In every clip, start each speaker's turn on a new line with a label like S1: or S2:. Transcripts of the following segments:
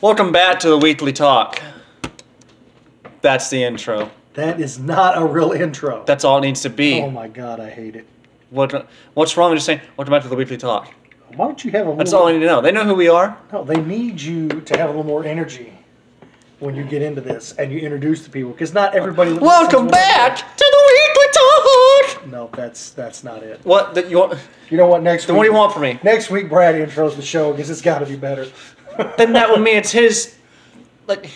S1: Welcome back to the weekly talk. That's the intro.
S2: That is not a real intro.
S1: That's all it needs to be.
S2: oh my god, I hate it.
S1: What What's wrong with just saying welcome back to the weekly talk?
S2: Why don't you have a little?
S1: That's all I need to know. They know who we are.
S2: No, they need you to have a little more energy when you get into this and you introduce the people because not everybody. that
S1: Welcome
S2: listens will-
S1: back to the weekly talk.
S2: No, that's that's not it.
S1: What that you want?
S2: You know what? Next.
S1: Then
S2: week,
S1: what do you want from me?
S2: Next week, Brad intros the show because it's got to be better.
S1: Then that would mean it's his. Like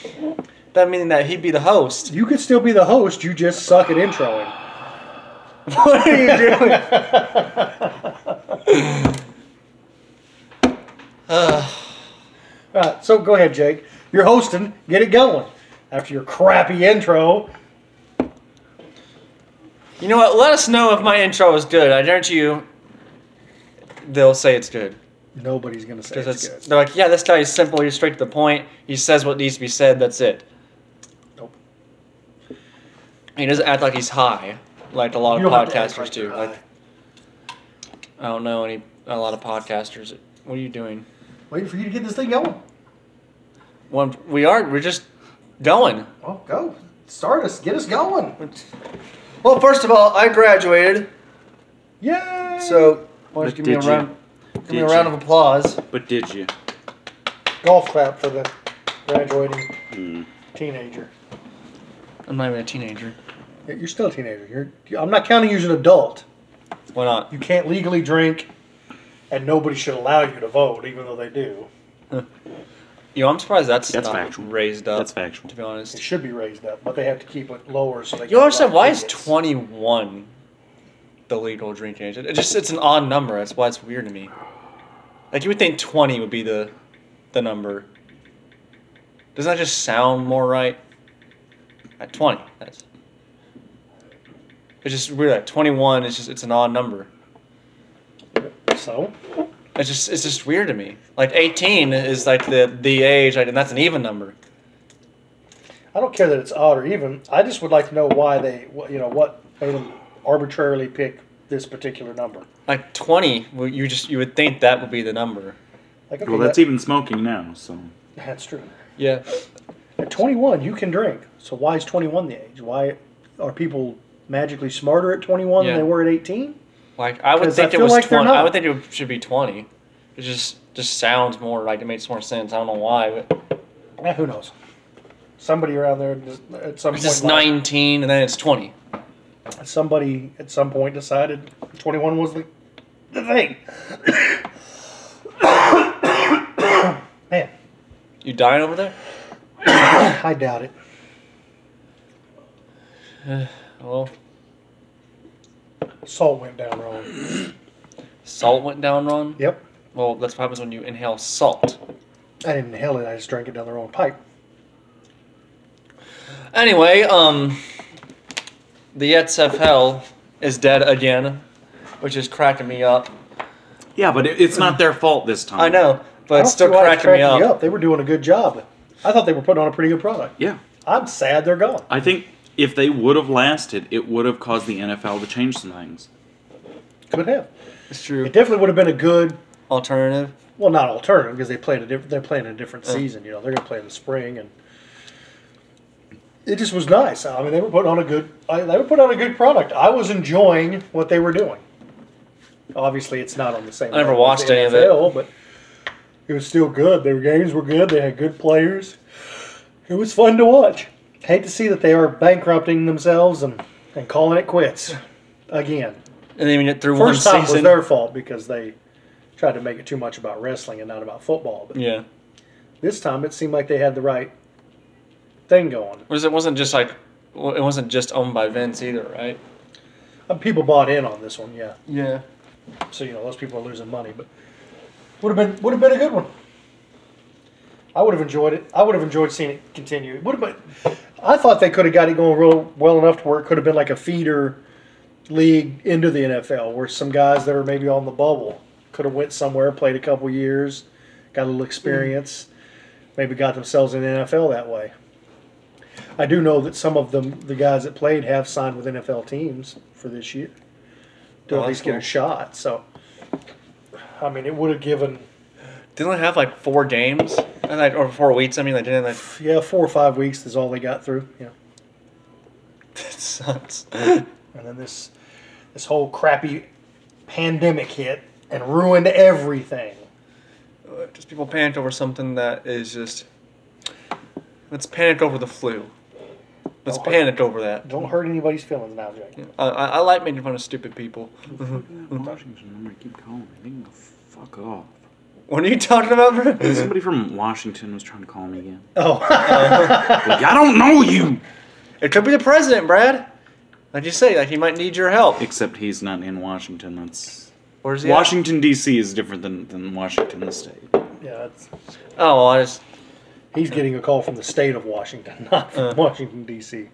S1: that meaning that he'd be the host.
S2: You could still be the host. You just suck at introing.
S1: What are you doing?
S2: All right, so go ahead, Jake. You're hosting. Get it going. After your crappy intro,
S1: You know what? Let us know if my intro is good. I guarantee you, they'll say it's good.
S2: nobody's gonna say
S1: 'Cause
S2: it's
S1: that's-
S2: good.
S1: They're like, yeah, this guy is simple. He's straight to the point. He says what needs to be said. That's it.
S2: Nope.
S1: He doesn't act like he's high, like a lot
S2: You
S1: of
S2: don't have to act
S1: podcasters
S2: like
S1: do.
S2: you're
S1: Like
S2: high.
S1: I don't know any a lot of podcasters. What are you doing?
S2: Waiting for you to get this thing going.
S1: Well, we are. We're just going.
S2: Well, go. Start us. Get us going.
S1: Well, first of all, I graduated,
S2: Yay!
S1: so
S2: Why
S1: just
S2: don't
S1: give me a
S3: did you?
S1: round, give me a
S3: Did
S1: round
S3: you?
S1: of applause.
S3: But did you?
S2: golf clap for the graduating
S3: Mm.
S2: teenager.
S1: I'm not even a teenager.
S2: You're still a teenager. You're, I'm not counting you as an adult.
S1: Why not?
S2: You can't legally drink, and nobody should allow you to vote, even though they do.
S1: You know, I'm surprised that's,
S3: That's
S1: not
S3: factual.
S1: raised up.
S3: That's factual.
S1: To be honest,
S2: It should be raised up, but they have to keep it lower so they.
S1: You understand why is
S2: it's
S1: 21 the legal drinking age? It just it's an odd number. That's why it's weird to me. Like you would think 20 would be the the number. Doesn't that just sound more right? At 20, that's. It's just weird. Like 21 is just it's an odd number.
S2: So
S1: It's just it's just weird to me. Like 18 is like the the age, like, and that's an even number.
S2: I don't care that it's odd or even. I just would like to know why they, what- you know, what made them arbitrarily pick this particular number.
S1: Like 20, well, you just you would think that would be the number.
S2: Like, okay,
S3: Well, that's e-
S2: that-
S3: even smoking now. So
S2: That's true.
S1: Yeah.
S2: At 21, you can drink. So why is 21 the age? Why are people magically smarter at 21
S1: Yeah.
S2: than they were at 18?
S1: Like I would
S2: 'Cause I
S1: think it
S2: feel
S1: was
S2: like they're
S1: twenty. I
S2: not.
S1: would think it should be twenty. It just just sounds more like it makes more sense. I don't know why, but
S2: Eh, who knows? Somebody around there just, at some
S1: it's
S2: point,
S1: just nineteen and then it's twenty.
S2: somebody at some point decided 21 was the, the thing. Man,
S1: You dying over there?
S2: I doubt it.
S1: Well,
S2: Salt went down wrong.
S1: salt went down wrong.
S2: Yep,
S1: Well, that's what happens when you inhale salt.
S2: I didn't inhale it. I just drank it down the wrong pipe.
S1: Anyway, um, the XFL is dead again, which is cracking me up.
S3: yeah, but it, it's not their fault this time.
S1: I know,
S2: I
S1: but
S2: don't
S1: it's still
S2: see why
S1: cracking,
S2: it's
S1: me up.
S2: They were doing a good job. I thought they were putting on a pretty good product.
S3: Yeah,
S2: I'm sad they're gone.
S3: I think if they would have lasted, it would have caused the NFL to change some things.
S2: Could have.
S1: It's true.
S2: It definitely would have been a good
S1: Alternative.
S2: Well, not alternative because they played a diff- they're playing a different season. You know, they're going to play in the spring, and it just was nice. I mean, they were putting on a good I, they were putting on a good product. I was enjoying what they were doing. Obviously, it's not on the same.
S1: I never
S2: level as
S1: watched
S2: the
S1: any of
S2: NFL, But it was still good. Their games were good. They had good players. It was fun to watch. Hate to see that they are bankrupting themselves and, and calling it quits again.
S1: And then you get through
S2: First
S1: one
S2: time was
S1: season.
S2: their fault because they tried to make it too much about wrestling and not about football. But
S1: yeah.
S2: this time it seemed like they had the right thing going.
S1: Was it wasn't just like well, it wasn't just owned by Vince either, right?
S2: Uh, People bought in on this one, yeah.
S1: Yeah.
S2: So you know those people are losing money, but would have been would have been a good one. I would have enjoyed it. I would have enjoyed seeing it continue. It would have been. I thought they could have got it going real well enough to where it could have been like a feeder league into the NFL, where some guys that are maybe on the bubble could have went somewhere, played a couple years, got a little experience, maybe got themselves in the NFL that way. I do know that some of them, the guys that played, have signed with NFL teams for this year to
S1: Oh,
S2: at
S1: that's
S2: least get
S1: cool.
S2: a shot. So, I mean, it would have given
S1: They only have like four games, and like or four weeks. I mean, they didn't. Like,
S2: Yeah, four or five weeks is all they got through. Yeah,
S1: that sucks.
S2: and then this this whole crappy pandemic hit and ruined everything.
S1: just people panicked over something that is just. Let's panic over the flu. Let's
S2: Oh, I-
S1: panic over that.
S2: Don't hurt anybody's feelings now, Jake.
S1: I, I, I like making fun of stupid people.
S3: Washington number keep calling me. They can go fuck off.
S1: What are you talking about, bro?
S3: Somebody from Washington was trying to call me again.
S2: Oh,
S3: Like, I don't know you!
S1: It could be the president, Brad. Like you say, like he might need your help.
S3: Except he's not in Washington. That's.
S1: Where's he? at?
S3: Washington, D.C. is different than, than Washington, the state.
S2: yeah. That's,
S1: Oh, well, I just
S2: he's getting a call from the state of Washington, not from
S1: Uh.
S2: Washington D.C.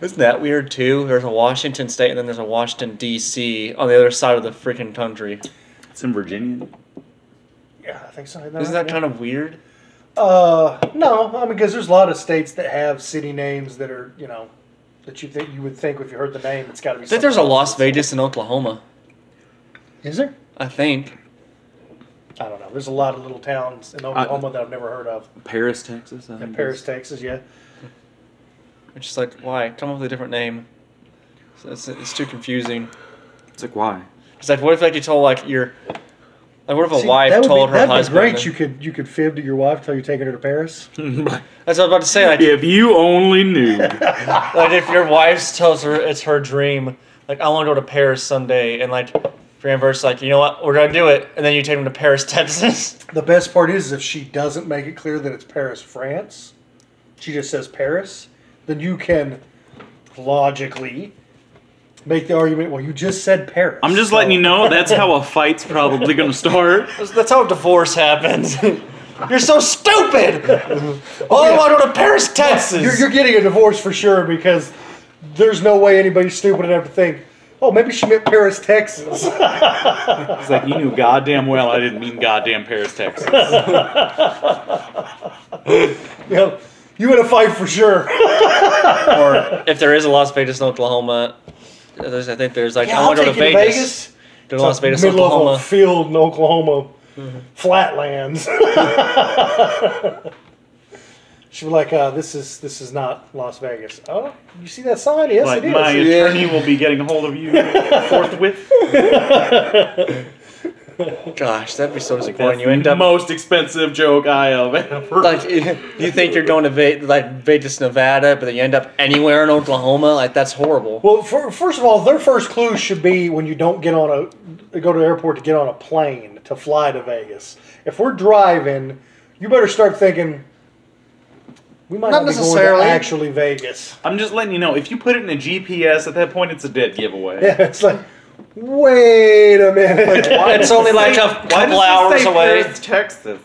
S1: Isn't that weird too? There's a Washington state and then there's a Washington D.C. on the other side of the freaking country.
S3: It's in Virginia.
S2: Yeah, I think so.
S1: Isn't that kind of weird?
S2: Uh, no, I mean, because there's a lot of states that have city names that are, you know, that you think you would think if you heard the name, it's got to be.
S1: I think there's a Las Vegas in Oklahoma.
S2: Is there?
S1: I think.
S2: I don't know. There's a lot of little towns in Oklahoma that I've never heard of.
S3: Paris, Texas. I
S2: In
S3: think
S2: Paris,
S3: is-
S2: Texas, yeah.
S1: It's just like why come up with a different name? So It's, it's too confusing.
S3: It's like, why?
S1: It's like what if like you told like your like what if a
S2: See,
S1: wife
S2: that would
S1: told
S2: be,
S1: her
S2: that'd be
S1: husband? Hmm.
S2: great. You could you could fib to your wife till you're taking her to Paris.
S1: That's what I was about to say. Like,
S3: if you only knew.
S1: like if your wife tells her it's her dream, like I want to go to Paris someday, and like your inverse, like you know what, we're gonna do it, and then you take them to Paris, Texas.
S2: The best part is if she doesn't make it clear that it's Paris, France, she just says Paris, then you can logically make the argument, well, you just said Paris.
S3: I'm just
S2: so-
S3: letting you know that's how a fight's probably going to start.
S1: That's, that's how divorce happens. You're so stupid. Oh, I want to go to Paris, Texas.
S2: You're, you're getting a divorce for sure because there's no way anybody's stupid enough to think, oh, maybe she meant Paris, Texas.
S3: It's like you knew goddamn well I didn't mean goddamn Paris, Texas.
S2: you know, you in a fight for sure.
S1: or if there is a Las Vegas in Oklahoma, there's, I think there's like I want to go to
S2: you
S1: Vegas. Go to Las
S2: It's
S1: Vegas,
S2: middle of
S1: Oklahoma. Mm-hmm.
S2: a field in Oklahoma flatlands. She'd be like, uh, "This is this is not Las Vegas." Oh, you see that sign? Yes,
S3: Like
S2: it
S3: my
S2: is.
S1: Yeah.
S3: attorney will be getting a hold of you forthwith.
S1: Gosh, that'd be so
S3: That's
S1: disappointing. You
S3: the
S1: end up
S3: most expensive joke I have ever.
S1: like you think you're going to Ve- like Vegas, Nevada, but then you end up anywhere in Oklahoma. Like that's horrible.
S2: Well, fir- first of all, their first clue should be when you don't get on a go to the airport to get on a plane to fly to Vegas. If we're driving, you better start thinking. We might
S1: Not
S2: not, be
S1: necessarily.
S2: going to actually Vegas.
S3: I'm just letting you know if you put it in a GPS at that point, it's a dead giveaway.
S2: Yeah, it's like, wait a minute.
S1: It's only like a
S3: Why does
S1: couple
S3: it
S1: hours
S3: say
S1: away.
S3: Paris, Texas.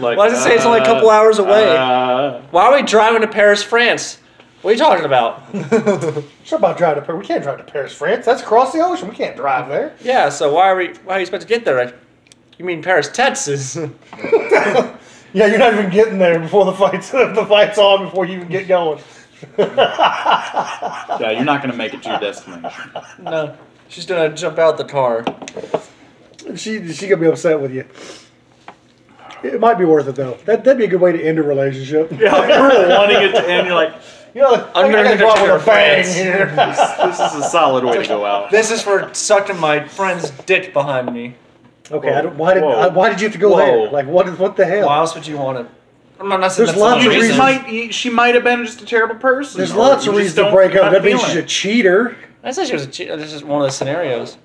S3: like,
S1: Why does it say it's only a couple hours away?
S3: uh,
S1: Why are we driving to Paris, France? What are you talking about?
S2: It's not about driving to Paris. We can't drive to Paris, France. That's across the ocean. We can't drive there.
S1: yeah, so why are we? Why are you supposed to get there? Like, you mean Paris, Texas?
S2: Yeah, you're not even getting there before the fight's the fight's on before you even get going.
S3: yeah, you're not gonna make it to your destination.
S1: no, she's gonna jump out the car.
S2: She she gonna be upset with you. It might be worth it though. That that'd be a good way to end a relationship.
S3: Yeah, you're wanting it to end. You're like,
S2: You know, like,
S1: I'm
S2: I
S1: gonna
S2: got
S1: need to
S2: go out with a
S1: cheer
S2: bang
S1: France.
S2: here.
S3: this is a solid way to go out.
S1: This is for sucking my friend's dick behind me.
S2: okay, I don't, why did I, why did you have to go
S3: Whoa.
S2: there? Like what is what the hell?
S1: Why else would you want to? I'm not saying
S2: There's
S1: that's
S2: lots
S1: the
S2: of
S3: You
S1: only reason.
S3: just might. you- She might have been just a terrible person.
S2: There's
S3: or
S2: lots
S3: you
S2: of
S3: just
S2: reasons to
S3: don't-
S2: break up.
S3: not
S2: That means
S3: feeling
S2: she's a
S3: it.
S2: cheater.
S1: I said she was. A che- this is one of the scenarios.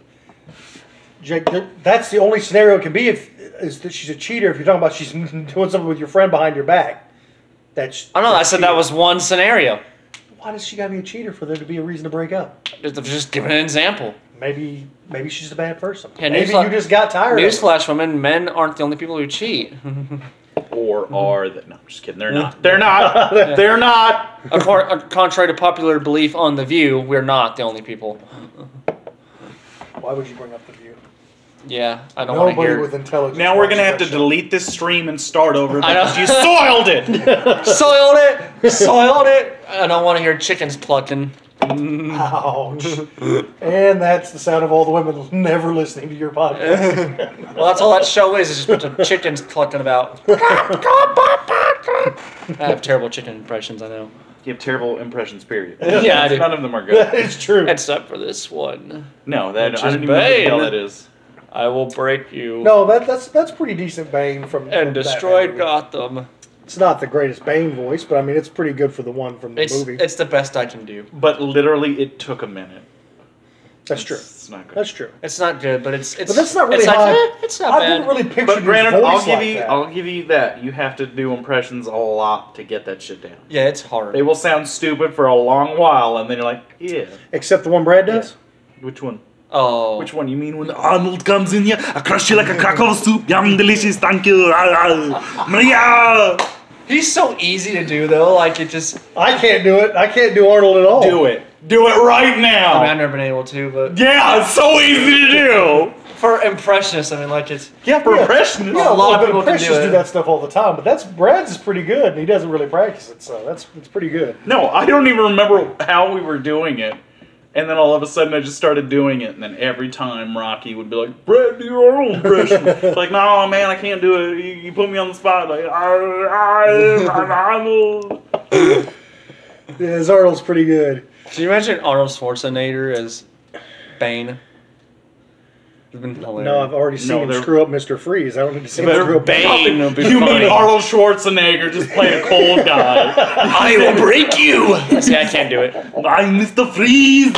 S2: Jake, that- that's the only scenario it can be if is that she's a cheater. If you're talking about she's doing something with your friend behind your back, that's
S1: I don't know. I said that
S2: cheating.
S1: was one scenario.
S2: Why does she gotta be a cheater for there to be a reason to break up?
S1: Just- Just giving an example.
S2: Maybe maybe she's a bad person.
S1: Yeah,
S2: maybe
S1: newsflash-
S2: you just got tired. of her.
S1: Newsflash, women: men aren't the only people who cheat.
S3: Or are that? No, I'm just kidding. They're not. They're not. They're not.
S1: Acor- uh, contrary to popular belief on The View, we're not the only people.
S2: Why would you bring up the view?
S1: Yeah, I don't want to
S2: Nobody
S1: hear.
S2: with intelligence.
S3: Now we're gonna have to
S2: watches that
S3: delete this stream and start over
S1: I know.
S3: because you soiled it.
S1: soiled it, soiled it. I don't want to hear chickens clucking.
S2: Ouch. and that's the sound of all the women never listening to your podcast.
S1: Well, that's all that show is, is just a bunch of chickens clucking about. I have terrible chicken impressions, I know.
S3: You have terrible impressions, period.
S1: Yeah, I do.
S3: None of them are good.
S2: it's true.
S1: Except for this one.
S3: No, that
S1: Which
S3: I
S1: is
S3: don't even know what the
S1: Bane.
S3: hell that is.
S1: I will break you
S2: No, that, that's that's pretty decent Bane from
S1: and
S2: from
S1: destroy
S2: Batman.
S1: Gotham.
S2: It's not the greatest Bane voice, but I mean it's pretty good for the one from the
S1: It's,
S2: movie.
S1: it's the best I can do.
S3: But literally, it took a minute.
S2: that's true.
S3: It's not good.
S2: That's true.
S1: It's not good, but it's it's.
S2: But that's not really
S1: it's
S2: how I-
S1: eh, it's not
S2: I
S1: bad.
S2: didn't really picture
S3: But
S2: his
S3: granted,
S2: voice
S3: I'll give
S2: like
S3: you,
S2: that.
S3: I'll give you that. You have to do impressions a lot to get that shit down.
S1: yeah, it's hard.
S3: They will sound stupid for a long while, and then you're like, yeah.
S2: Except the one Brad does.
S3: Which one?
S1: oh,
S3: Which one? You mean when Arnold comes in here? I crush you like a crackle soup. Yum, delicious. Thank you. Ah, ah. Maria.
S1: he's so easy to do though. Like it just.
S2: I can't do it. I can't do Arnold at all.
S3: Do it. Do it right
S1: I
S2: Oh.
S1: mean, I've
S3: now.
S1: never been able to, but
S3: Yeah, it's so easy to do.
S1: for impressionists, I mean, like it's.
S3: Yeah, for
S2: Yeah.
S3: impressionists.
S2: Yeah,
S1: A lot
S2: well,
S1: of
S2: but
S1: people can
S2: Precious
S1: do it.
S2: that stuff all the time, but that's Brad's is pretty good, and he doesn't really practice it, so that's it's pretty good.
S3: No, I don't even remember how we were doing it. And then all of a sudden, I just started doing it. And then every time Rocky would be like, "Brett, do your own impression." It's like, no, man, I can't do it. You, you put me on the spot. Like, Arnold.
S2: Yeah, his Arnold's pretty good.
S1: Can you imagine Arnold Schwarzenegger as Bane? It's been hilarious.
S2: No, I've already seen
S3: No,
S2: him
S3: they're-
S2: screw up Mr. Freeze. I don't need to see him
S1: They're
S2: screw up
S1: bang. Bane would be
S3: you mean
S1: funny.
S3: Arnold Schwarzenegger just play a cold guy?
S1: I will break you. See, I can't do it.
S3: I'm Mr. Freeze.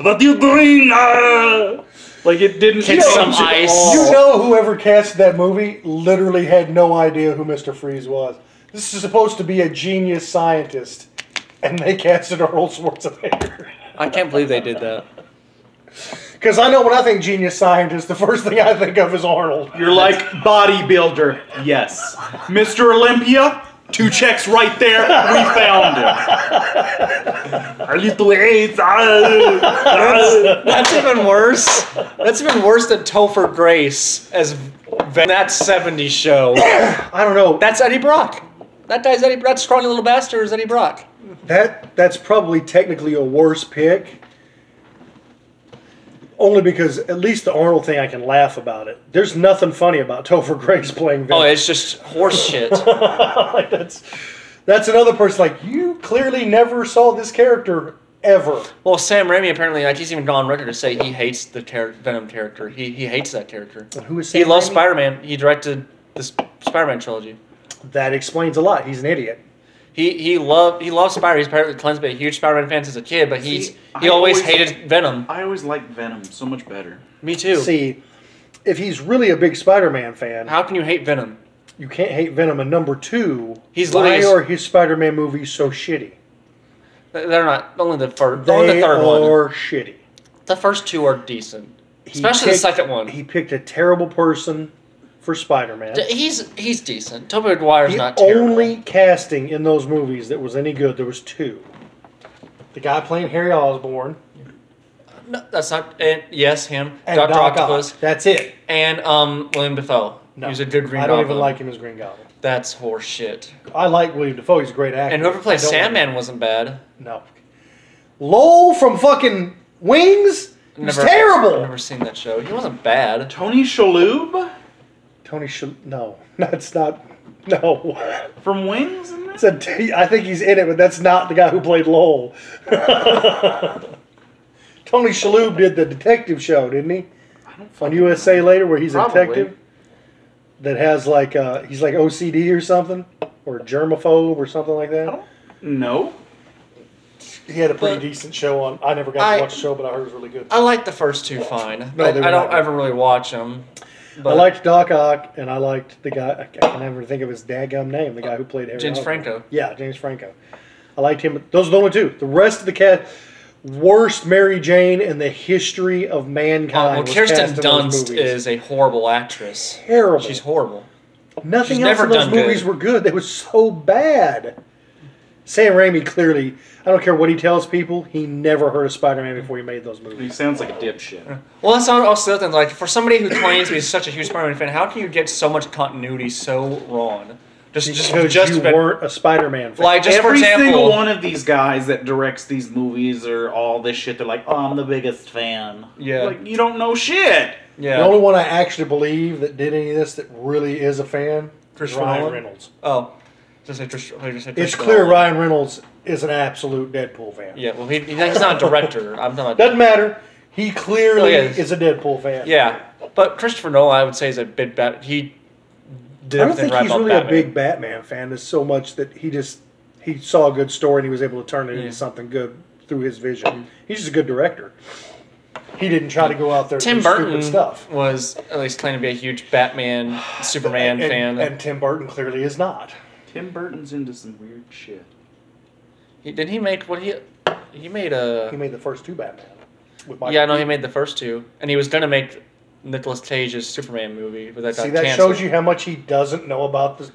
S3: What you doing? Ah. Like it didn't
S1: Kick
S3: change
S1: some
S3: at
S1: ice.
S3: all.
S2: You know, whoever cast that movie literally had no idea who Mr. Freeze was. This is supposed to be a genius scientist, and they casted Arnold Schwarzenegger.
S1: I can't believe they did that.
S2: Because I know when I think genius scientist, the first thing I think of is Arnold.
S3: You're like bodybuilder. Yes. Mr. Olympia, two checks right there. We found him. A little AIDS. ah, ah.
S1: That's even worse. That's even worse than Topher Grace as Van. That 70s show.
S2: I don't know.
S1: That's Eddie Brock. That guy's Eddie. That scrawny little bastard is Eddie Brock.
S2: That that's probably technically a worse pick. Only because at least the Arnold thing I can laugh about it. There's nothing funny about Topher Grace playing
S1: Oh,
S2: Vince.
S1: it's just horse shit.
S2: like that's that's another person like you clearly never saw this character ever.
S1: Well, Sam Raimi apparently, like, he's even gone on record to say he hates the char- Venom character. He he hates that character.
S2: Who is
S1: He
S2: Sam
S1: loves
S2: Raimi?
S1: Spider-Man. He directed the Sp- Spider-Man trilogy.
S2: That explains a lot. He's an idiot.
S1: He he loved he loves Spider. He's apparently Clint's been a huge Spider-Man fan since a kid, but he's
S3: See,
S1: he
S3: I
S1: always,
S3: always-
S1: hated Venom.
S3: I always liked Venom so much better.
S1: Me too.
S2: See, if he's really a big Spider-Man fan,
S1: How can you hate Venom?
S2: you can't hate Venom. And number two,
S1: He's
S2: why
S1: literally-
S2: are his Spider-Man movies so shitty?
S1: Th- They're not only the first. Only
S2: They
S1: the third one.
S2: are shitty.
S1: The first two are decent,
S2: He
S1: especially the
S2: picked-
S1: second one.
S2: He picked a terrible person for Spider-Man.
S1: D- he's he's decent. Tobey Maguire's
S2: The
S1: not terrible.
S2: only casting in those movies that was any good, there was two. The guy playing Harry Osborn
S1: No, that's not. And yes, him,
S2: and
S1: Doctor
S2: Doc Ock.
S1: Octopus,
S2: That's it.
S1: and um William Dafoe.
S2: No,
S1: He's a good Green
S2: I don't
S1: Goblin.
S2: even like him as Green Goblin.
S1: That's horseshit.
S2: I like William Defoe. He's a great actor.
S1: And whoever played
S2: I don't like
S1: Sandman wasn't bad.
S2: him. no. Lowell from fucking Wings. He's terrible.
S1: I've never seen that show. He wasn't bad.
S3: Tony Shalhoub
S2: Tony should no. That's not. No.
S3: from Wings. isn't it?
S2: It's a t- I think he's in it, but that's not the guy who played Lowell. Tony Shalhoub did the detective show, didn't he?
S3: I don't
S2: On
S3: fucking
S2: USA
S3: know.
S2: Later, where he's
S3: Probably.
S2: a detective that has like uh, he's like OCD or something, or germaphobe or something like
S3: I
S2: that.
S3: don't know.
S2: He had a pretty
S1: But-
S2: decent show on. I never got
S1: I-
S2: to watch the show, but I heard it was really good.
S1: I like the first two fine.
S2: No,
S1: I, I
S2: they
S1: don't
S2: were not good.
S1: ever really watch them. But uh,
S2: I liked Doc Ock, and I liked the guy. I can never think of his daggum name. The guy who played Harry
S1: James
S2: Osborn.
S1: Franco.
S2: Yeah, James Franco. I liked him. Those are the only two. The rest of the cast, worst Mary Jane in the history of
S1: Uh,
S2: mankind.
S1: well,
S2: was
S1: Kirsten
S2: cast in those
S1: Dunst
S2: movies.
S1: is a horrible actress.
S2: terrible.
S1: She's horrible.
S2: Nothing
S1: she's
S2: else
S1: never
S2: in those
S1: done good.
S2: movies were good. They were so bad. Sam Raimi clearly, I don't care what he tells people, he never heard of Spider-Man before he made those
S3: He
S2: movies.
S3: sounds like a dipshit.
S1: Well, that's not also the other thing. Like, for somebody who claims to be such a huge Spider-Man fan, how can you get so much continuity so wrong? Just, just,
S2: because
S1: just
S2: you
S1: been-
S2: weren't a Spider-Man fan.
S1: like just for
S3: Every single
S1: example,
S3: one of these guys that directs these movies or all this shit, they're like, "Oh, I'm the biggest fan."
S1: Yeah.
S3: like you don't know shit.
S1: yeah.
S2: The only one I actually believe that did any of this that really is a fan is
S1: Christopher
S2: Ryan
S1: Nolan?
S2: Reynolds.
S1: oh, just say Trish, I just said
S2: It's
S1: Trish
S2: clear
S1: Nolan.
S2: Ryan Reynolds is an absolute Deadpool fan.
S1: Yeah, well, he, he's not a director. I'm talking about
S2: Doesn't matter. He clearly
S1: Oh, yes.
S2: is a Deadpool fan.
S1: Yeah, but Christopher Nolan, I would say, is a bit better. He
S2: I
S1: did
S2: don't
S1: everything
S2: think
S1: right
S2: he's
S1: about
S2: really
S1: Batman.
S2: a big Batman fan. Is so much that he just he saw a good story and he was able to turn it
S1: Yeah.
S2: into something good through his vision. He's just a good director. He didn't try to go out there
S1: Tim
S2: and do stupid
S1: Burton
S2: stuff.
S1: was at least claimed to be a huge Batman, Superman
S2: and,
S1: fan.
S2: and Tim Burton clearly is not.
S3: Tim Burton's into some weird shit.
S1: he, did he make what he he made a
S2: He made the first two Batman. With Michael
S1: yeah I know he
S2: Keaton.
S1: made the first two and he was gonna make Nicolas Cage's Superman movie but that got
S2: See, that
S1: canceled.
S2: shows you how much he doesn't know about this.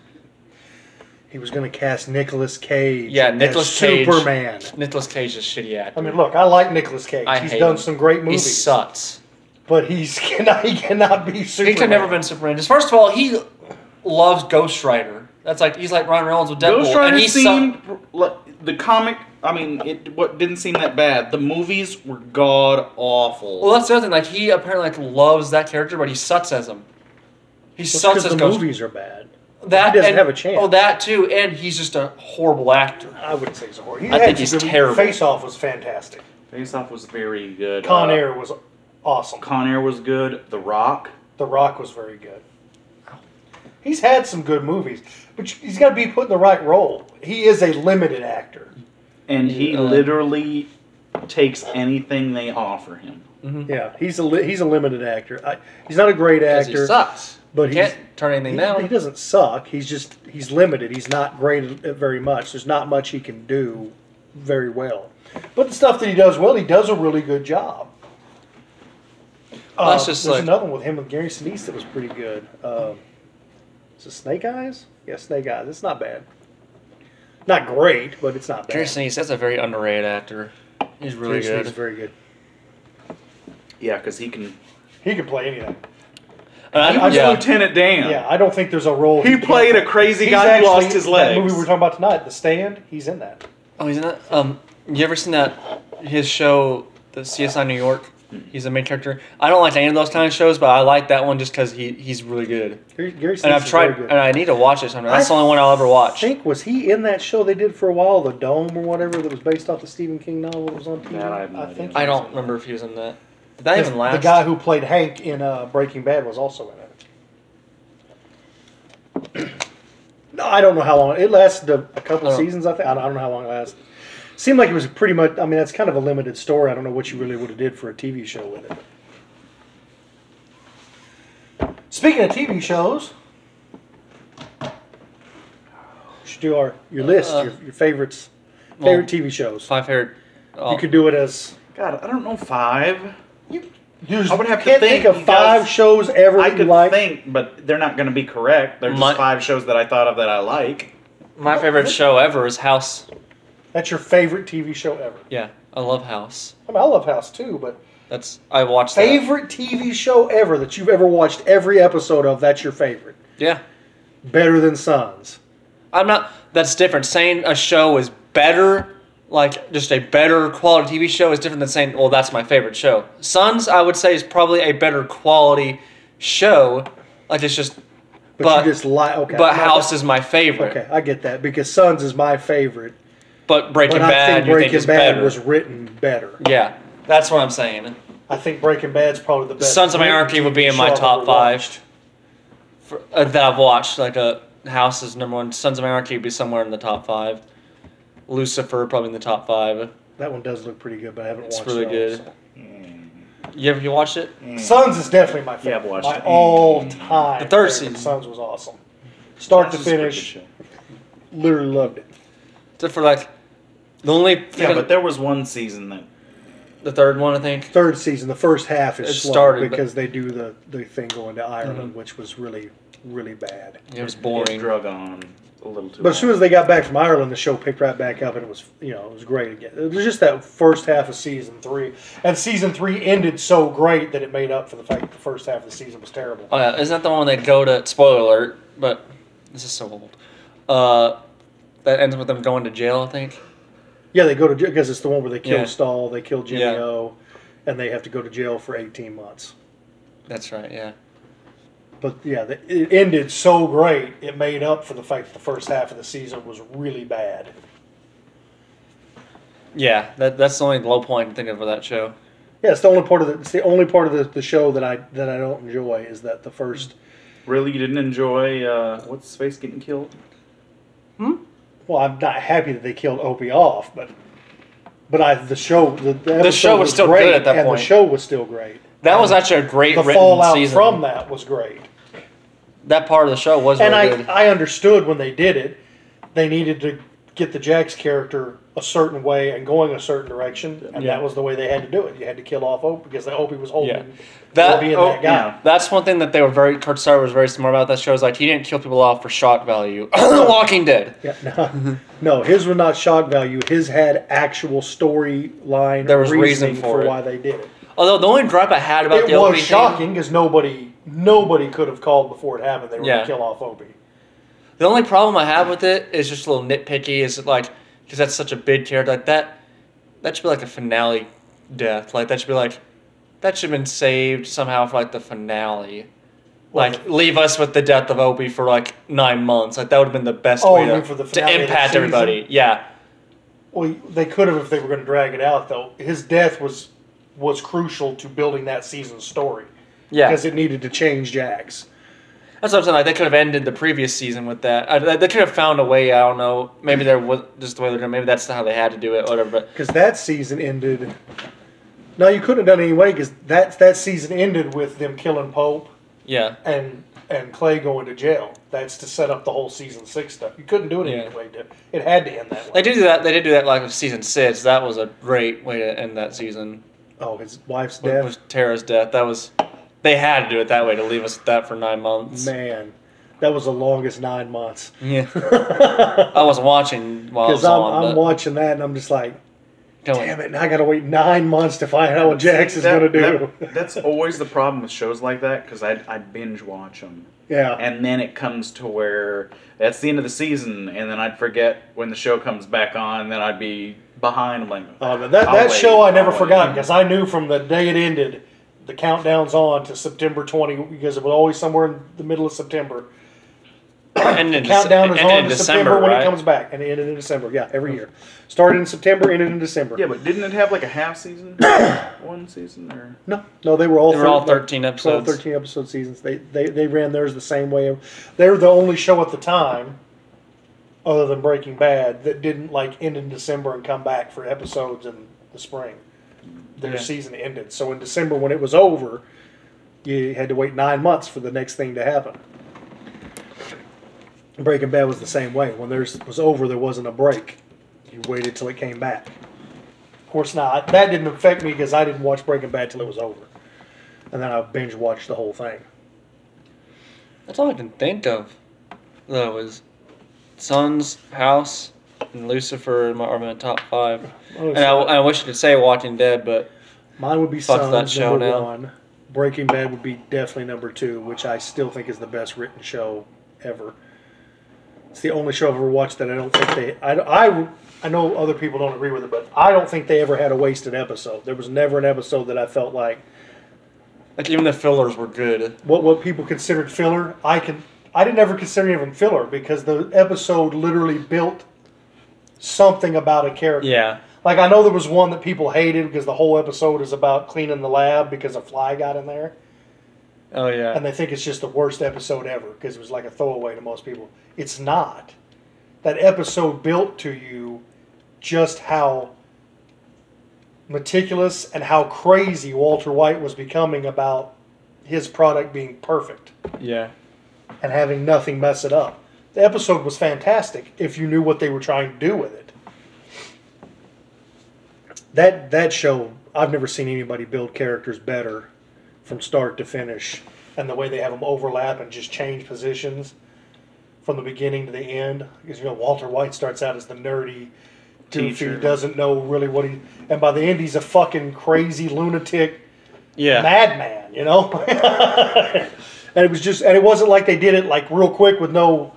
S2: He was going to cast Nicolas Cage.
S1: yeah
S2: as
S1: Nicolas Cage
S2: Superman.
S1: Nicolas Cage is a shitty actor.
S2: I mean, look, I like Nicolas Cage.
S1: I
S2: he's
S1: hate
S2: done
S1: him.
S2: some great
S1: he
S2: movies.
S1: sucks.
S2: But he's cannot, he cannot be Superman.
S1: He could never been Superman. Just first of all, he loves Ghost Rider. That's like he's like Ron Reynolds with Deadpool,
S3: Ghost Rider
S1: and he
S3: seemed
S1: sucked.
S3: like the comic. I mean, it what didn't seem that bad. The movies were god awful.
S1: Well, that's the other thing. Like he apparently like loves that character, but he sucks as him. He
S2: That's
S1: sucks
S2: 'cause
S1: as
S2: the
S1: Ghost.
S2: movies are bad.
S1: That
S2: He doesn't
S1: and-
S2: have a chance.
S1: Oh, that too, and he's just a horrible actor.
S2: I wouldn't say he's a horror. He
S1: I
S2: had
S1: think he's
S2: some good-
S1: terrible.
S2: Face Off was fantastic.
S3: Face Off was very good.
S2: Con
S3: Uh,
S2: Air was awesome.
S3: Con Air was good. The Rock.
S2: The Rock was very good. He's had some good movies, but he's got to be put in the right role. He is a limited actor.
S3: And he
S1: Yeah.
S3: literally takes anything they offer him.
S2: Yeah, he's a li- he's a limited actor. I, he's not a great
S1: 'Cause
S2: actor.
S1: He sucks.
S2: but
S1: he
S2: he's-
S1: can't turn anything
S2: He,
S1: down.
S2: he doesn't suck. He's just he's limited. He's not great at very much. There's not much he can do very well. But the stuff that he does well, he does a really good job.
S1: Well, that's
S2: Uh,
S1: just
S2: there's
S1: like-
S2: another one with him with Gary Sinise that was pretty good. Um, is it Snake Eyes? Yeah, Snake Eyes. It's not bad. Not great, but it's not bad.
S1: Gary Sinise, that's a very underrated actor. He's really
S2: Gary Sinise
S1: good.
S2: is very good.
S3: Yeah, because he can.
S2: He can play anything.
S1: And Uh, I-
S3: He was
S1: yeah.
S3: Lieutenant Dan.
S2: Yeah, I don't think there's a role
S3: He
S2: can't
S3: played a
S2: play.
S3: crazy
S2: He's
S3: guy who
S2: actually-
S3: lost his
S2: That movie we were
S3: legs.
S2: talking about tonight, The Stand. He's in that.
S1: Oh, he's in that. Um, you ever seen that his show, the CSI New York? He's the main character. I don't like any of those kind of shows, but I like that one just because he he's really good.
S2: Gary, Gary Sinise
S1: And I've
S2: is
S1: tried,
S2: very good.
S1: and I need to watch it sometime. That's the
S2: I
S1: only one I'll ever watch.
S2: think was he in that show they did for a while, the Dome or whatever that was based off the Stephen King novel that was on TV.
S3: That I have no idea.
S1: I don't remember if he was in that. Did that
S2: The-
S1: even last?
S2: The guy who played Hank in uh, Breaking Bad was also in it. no, I don't know how long it lasted. A, a couple
S1: I don't-
S2: seasons, I think. I don't, I don't know how long it lasted. Seemed like it was pretty much. I mean, that's kind of a limited story. I don't know what you really would have did for a TV show with it. Speaking of TV shows, we should do our your list,
S1: Uh,
S2: your, your favorites,
S1: well,
S2: favorite TV shows.
S1: Five haired. Oh,
S2: You could do it as
S3: God, I don't know five.
S2: I
S3: I would have to
S2: can't
S3: think,
S2: of five
S3: because
S2: shows ever
S3: I
S2: that you
S3: could
S2: like.
S3: think, but they're not going to be correct. They're just
S1: My-
S3: five shows that I thought of that I like.
S2: Oh,
S1: my favorite show ever is House.
S2: That's your favorite TV show ever.
S1: Yeah, I love House.
S2: I mean, I love House too, but
S1: That's I watched that.
S2: favorite TV show ever that you've ever watched every episode of. That's your favorite.
S1: Yeah,
S2: Better than Sons.
S1: I'm not. That's different. Saying a show is better, like just a better quality TV show, is different than saying, "Well, that's my favorite show." Sons, I would say, is probably a better quality show. Like it's just,
S2: But,
S1: But-
S2: you just like okay.
S1: but
S2: no,
S1: House
S2: that-
S1: is my favorite.
S2: okay. I get that because Sons is my favorite,
S1: But Breaking
S2: but I
S1: Bad,
S2: think
S1: you think
S2: Breaking
S1: is
S2: Bad
S1: better.
S2: was written better.
S1: yeah, that's what I'm saying.
S2: I think Breaking Bad's probably the best.
S1: Sons of
S2: written
S1: Anarchy would be in
S2: TV
S1: my
S2: show I've
S1: top
S2: ever
S1: five
S2: watched.
S1: for, uh, that I've watched. Like a House is number one. Sons of Anarchy would be somewhere in the top five. Lucifer probably in the top five.
S2: That one does look pretty good, but I haven't
S1: It's
S2: watched
S1: really
S2: it
S1: good.
S2: all, so.
S1: You ever you watched it?
S2: Sons Mm. is definitely my favorite.
S3: I've watched
S2: my
S3: it.
S2: all time.
S1: The third season.
S2: Sons was awesome. Start to
S3: This is a pretty
S2: finish,
S3: good show.
S2: literally loved it.
S1: Except for like the only thing
S3: Yeah, but there was one season that
S1: the third one I think.
S2: Third season, the first half is
S1: It
S2: slow
S1: started, but- Mm-hmm.
S2: because they do the, the thing going to Ireland, which was really really bad.
S1: It was
S3: it
S1: boring.
S3: drug on a little too.
S2: But as soon as they got back from Ireland, the show picked right back up, and it was you know it was great again. It was just that first half of season three, and season three ended so great that it made up for the fact that the first half of the season was terrible.
S1: Oh yeah, isn't that the one they go to? Spoiler alert! But this is so old. Uh, that ends with them going to jail, I think.
S2: Yeah, they go to jail because it's the one where they kill
S1: Yeah.
S2: Stahl, they kill Jimmy
S1: Yeah.
S2: O, and they have to go to jail for 18 months.
S1: That's right. Yeah.
S2: But yeah, the, it ended so great, it made up for the fact that the first half of the season was really bad.
S1: Yeah. That that's the only low point I can think of for that show.
S2: Yeah, it's the only part of the, it's the only part of the, the show that I that I don't enjoy is that the first.
S3: Really, you didn't enjoy uh, what's his face getting killed?
S2: Well, I'm not happy that they killed Opie off, but but I the show the, the,
S1: The show
S2: episode
S1: was still
S2: great,
S1: good at that
S2: and
S1: point.
S2: the show was still great.
S1: That was actually a great
S2: The
S1: written
S2: fallout
S1: season.
S2: from that was great.
S1: that part of the show was
S2: and
S1: really
S2: I,
S1: good.
S2: I understood when they did it, they needed to get the Jack's character a certain way and going a certain direction, and
S1: Yeah.
S2: that was the way they had to do it. You had to kill off Opie because the Opie was holding
S1: Yeah.
S2: that,
S1: That-
S2: being
S3: oh,
S2: that guy.
S1: That's one thing that they were very Kurt Star was very smart about. That show is like he didn't kill people off for shock value. Walking Dead.
S2: Yeah. no, no, his was not shock value. His had actual storyline.
S1: There was reason
S2: reasoning
S1: for it.
S2: why they did it.
S1: Although the only gripe I had about the
S2: it was
S1: Opie
S2: shocking because nobody nobody could have called before it happened. They were
S1: Yeah.
S2: gonna kill off Opie.
S1: thing, the only problem I have with it is just a little nitpicky. Is like because that's such a big character like that. That should be like a finale death. Like that should be like that should have been saved somehow for like the finale. Like leave us with the death of Opie for like nine months. Like that would have been the best
S2: Oh,
S1: way
S2: you
S1: to,
S2: mean for the
S1: to
S2: finale of the
S1: impact
S2: season?
S1: everybody. Yeah.
S2: Well, they could have if they were going to drag it out. Though his death was was crucial to building that season's story
S1: Yeah.
S2: because it needed to change Jack's.
S1: That's what I'm saying. Like they could have ended the previous season with that. Uh, they- they could have found a way. I don't know. Maybe there was just the way they're doing. Maybe that's how they had to do it. Whatever. But
S2: because that season ended. No, you couldn't have done it anyway because that that season ended with them killing Pope
S1: yeah,
S2: and and Clay going to jail. That's to set up the whole season six stuff. You couldn't do it
S1: Yeah.
S2: anyway. To, it had to end that
S1: they
S2: way.
S1: did do that. They did do that like with season six. That was a great way to end that season.
S2: Oh, his wife's
S1: With,
S2: death.
S1: with Tara's death. That was. They had to do it that way to leave us with that for nine months.
S2: Man, that was the longest nine months.
S1: Yeah.
S2: Because
S1: I was watching while I was
S2: I'm,
S1: on.
S2: I'm
S1: but
S2: watching that and I'm just like,
S1: don't-
S2: damn it! Now I got to wait nine months to find out what Jax is
S3: That-
S2: going to do.
S3: that- that's always the problem with shows like that because I, I binge watch them.
S2: yeah.
S3: And then it comes to where that's the end of the season, and then I'd forget when the show comes back on, and then I'd be behind. I'm like,
S2: Uh, but that
S3: I'll
S2: that
S3: wait,
S2: show I
S3: I'll
S2: never
S3: wait.
S2: forgot because I knew from the day it ended, the countdown's on to September 20 because it was always somewhere in the middle of September.
S1: and in Dece-
S2: Countdown is
S1: and
S2: on
S1: in
S2: to
S1: December,
S2: September when
S1: right?
S2: it comes back, and it ended in December. Yeah,
S3: Hmm.
S2: every year, started in September, ended in December.
S3: Yeah, but didn't it have like a half season, one season, or
S2: No, no, they were all
S1: They were all
S2: thir- like
S1: 13
S2: 12,
S1: episodes.
S2: 13 episode seasons. They, they they ran theirs the same way. They were the only show at the time, other than Breaking Bad, that didn't like end in December and come back for episodes in the spring. Their
S1: Yeah.
S2: season ended, so in December when it was over, you had to wait nine months for the next thing to happen. Breaking Bad was the same way. When theirs was over, there wasn't a break. You waited till it came back. Of course not. That didn't affect me because I didn't watch Breaking Bad till it was over, and then I binge watched the whole thing.
S1: That's all I can think of. Though was Sun's House and Lucifer are my, are my top five.
S2: Oh,
S1: and I,
S2: so-
S1: I wish I could say Walking Dead, but
S2: Mine would be
S1: Fuck
S2: Sons
S1: that show
S2: number
S1: now.
S2: one. Breaking Bad would be definitely number two, which I still think is the best written show ever. It's the only show I've ever watched that I don't think they. I, I, I know other people don't agree with it, but I don't think they ever had a wasted episode. There was never an episode that I felt like
S1: like even the fillers were good.
S2: what what people considered filler. I can I didn't ever consider any of them filler because the episode literally built something about a character.
S1: Yeah,
S2: Like I know there was one that people hated because the whole episode is about cleaning the lab because a fly got in there,
S1: oh
S2: and
S1: yeah,
S2: they think it's just the worst episode ever because it was like a throwaway to most people. It's not. That episode built to you just how meticulous and how crazy Walter White was becoming about his product being perfect
S1: yeah.
S2: and having nothing mess it up. The episode was fantastic if you knew what they were trying to do with it. That that show, I've never seen anybody build characters better from start to finish, and the way they have them overlap and just change positions from the beginning to the end. Because you know Walter White starts out as the nerdy goofy,
S3: Teacher.
S2: who doesn't know really what he, and by the end he's a fucking crazy lunatic
S1: Yeah,
S2: madman, you know. and it was just, and it wasn't like they did it like real quick with no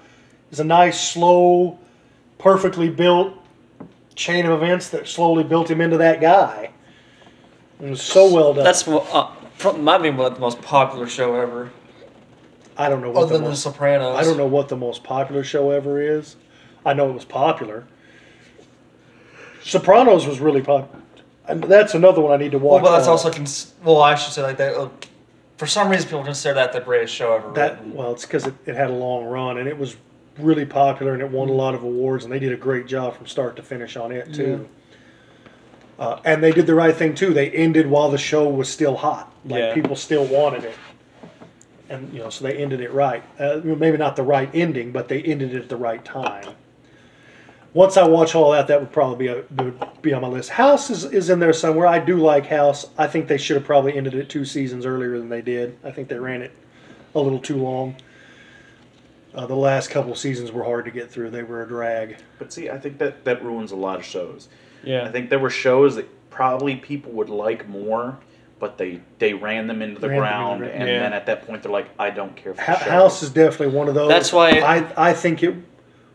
S2: is a nice, slow, perfectly built chain of events that slowly built him into that guy. It was so well done.
S1: That's what, uh, pro- might be what the most popular show ever,
S2: I don't know what
S1: other
S2: the
S1: than The
S2: most,
S1: Sopranos.
S2: I don't know what the most popular show ever is. I know it was popular. Sopranos was really popular. And that's another one I need to
S1: Well,
S2: watch. uh,
S1: but that's
S2: more.
S1: also cons- well, I should say like that. uh, for some reason, people consider that the greatest show ever.
S2: That
S1: written.
S2: well, it's because it, it had a long run and it was really popular and it won a lot of awards and they did a great job from start to finish on it too. Uh, and they did the right thing too. They ended while the show was still hot, like
S3: Yeah.
S2: people still wanted it, and you know, so they ended it right. Uh, you know, maybe not the right ending, but they ended it at the right time. Once I watch all that, that would probably be, a, would be on my list. House is, is in there somewhere. I do like House. I think they should have probably ended it two seasons earlier than they did. I think they ran it a little too long. Uh, the last couple seasons were hard to get through. They were a drag.
S3: But see, I think that that ruins a lot of shows.
S1: yeah.
S3: I think there were shows that probably people would like more, but they they ran them into the
S2: Ran them into
S3: ground,
S2: the-
S3: and
S1: Yeah.
S3: then at that point they're like, I don't care for
S2: Ho-
S3: the show.
S2: House is definitely one of those.
S1: That's why-
S2: I I think it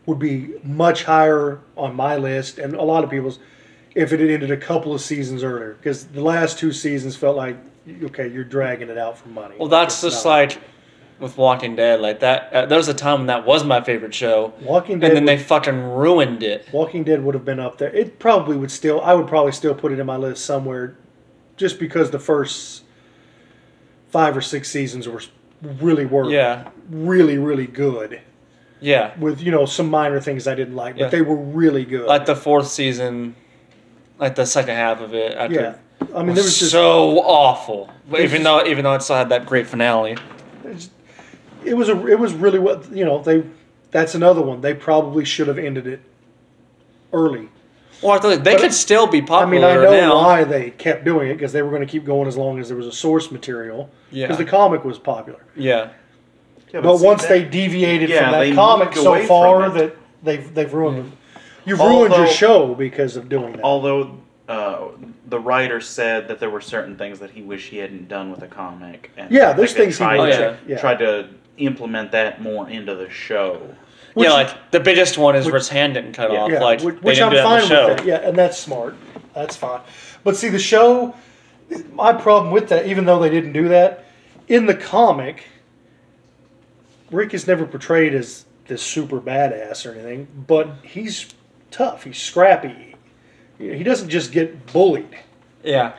S2: would be much higher on my list and a lot of people's if it had ended a couple of seasons earlier because the last two seasons felt like okay you're dragging it out for money.
S1: Well, that's
S2: It's
S1: just
S2: not-
S1: like with Walking Dead. Like that, uh, there was a time when that was my favorite show,
S2: Walking
S1: and
S2: Dead.
S1: then they
S2: would-
S1: fucking ruined it.
S2: Walking Dead would have been up there. It probably would still. I would probably still put it in my list somewhere, just because the first five or six seasons were really were
S1: Yeah,
S2: really really good.
S1: yeah.
S2: With you know some minor things I didn't like, but
S1: Yeah.
S2: they were really good.
S1: Like the fourth season, like the second half of it. After,
S2: yeah, I mean there was just
S1: so awful. But even
S2: just-
S1: though even though it still had that great finale.
S2: it was a it was really what you know they. That's another one. They probably should have ended it early.
S1: Well, I thought they
S2: But-
S1: could still be
S2: I mean,
S1: popular
S2: I know
S1: now.
S2: why they kept doing it because they were going to keep going as long as there was a source material.
S1: Yeah.
S2: Because the comic was popular.
S1: Yeah,
S3: Yeah,
S2: But
S3: see,
S2: once
S3: that-
S2: they deviated
S3: Yeah,
S2: from that
S3: they
S2: comic
S3: moved
S2: so
S3: away
S2: far
S3: from it.
S2: that they've they've ruined it. You've ruined your
S3: Although-
S2: show because of doing that.
S3: although uh, the writer said that there were certain things that he wished he hadn't done with a comic. And
S2: Yeah,
S3: like
S2: there's
S3: they
S2: things he
S3: tried
S1: wished-
S3: to-
S2: yeah.
S3: tried to implement that more into the show.
S2: Which-
S1: yeah. Like the biggest one is
S2: which-
S1: Rick's hand didn't cut off.
S2: yeah,
S1: like
S2: which,
S1: they
S2: which
S1: didn't
S2: I'm
S1: do that in
S2: fine
S1: the show.
S2: with. That. Yeah, and that's smart. That's fine. But see, the show, my problem with that, even though they didn't do that, in the comic, Rick is never portrayed as this super badass or anything, but he's tough. He's scrappy. He doesn't just get bullied.
S1: Yeah,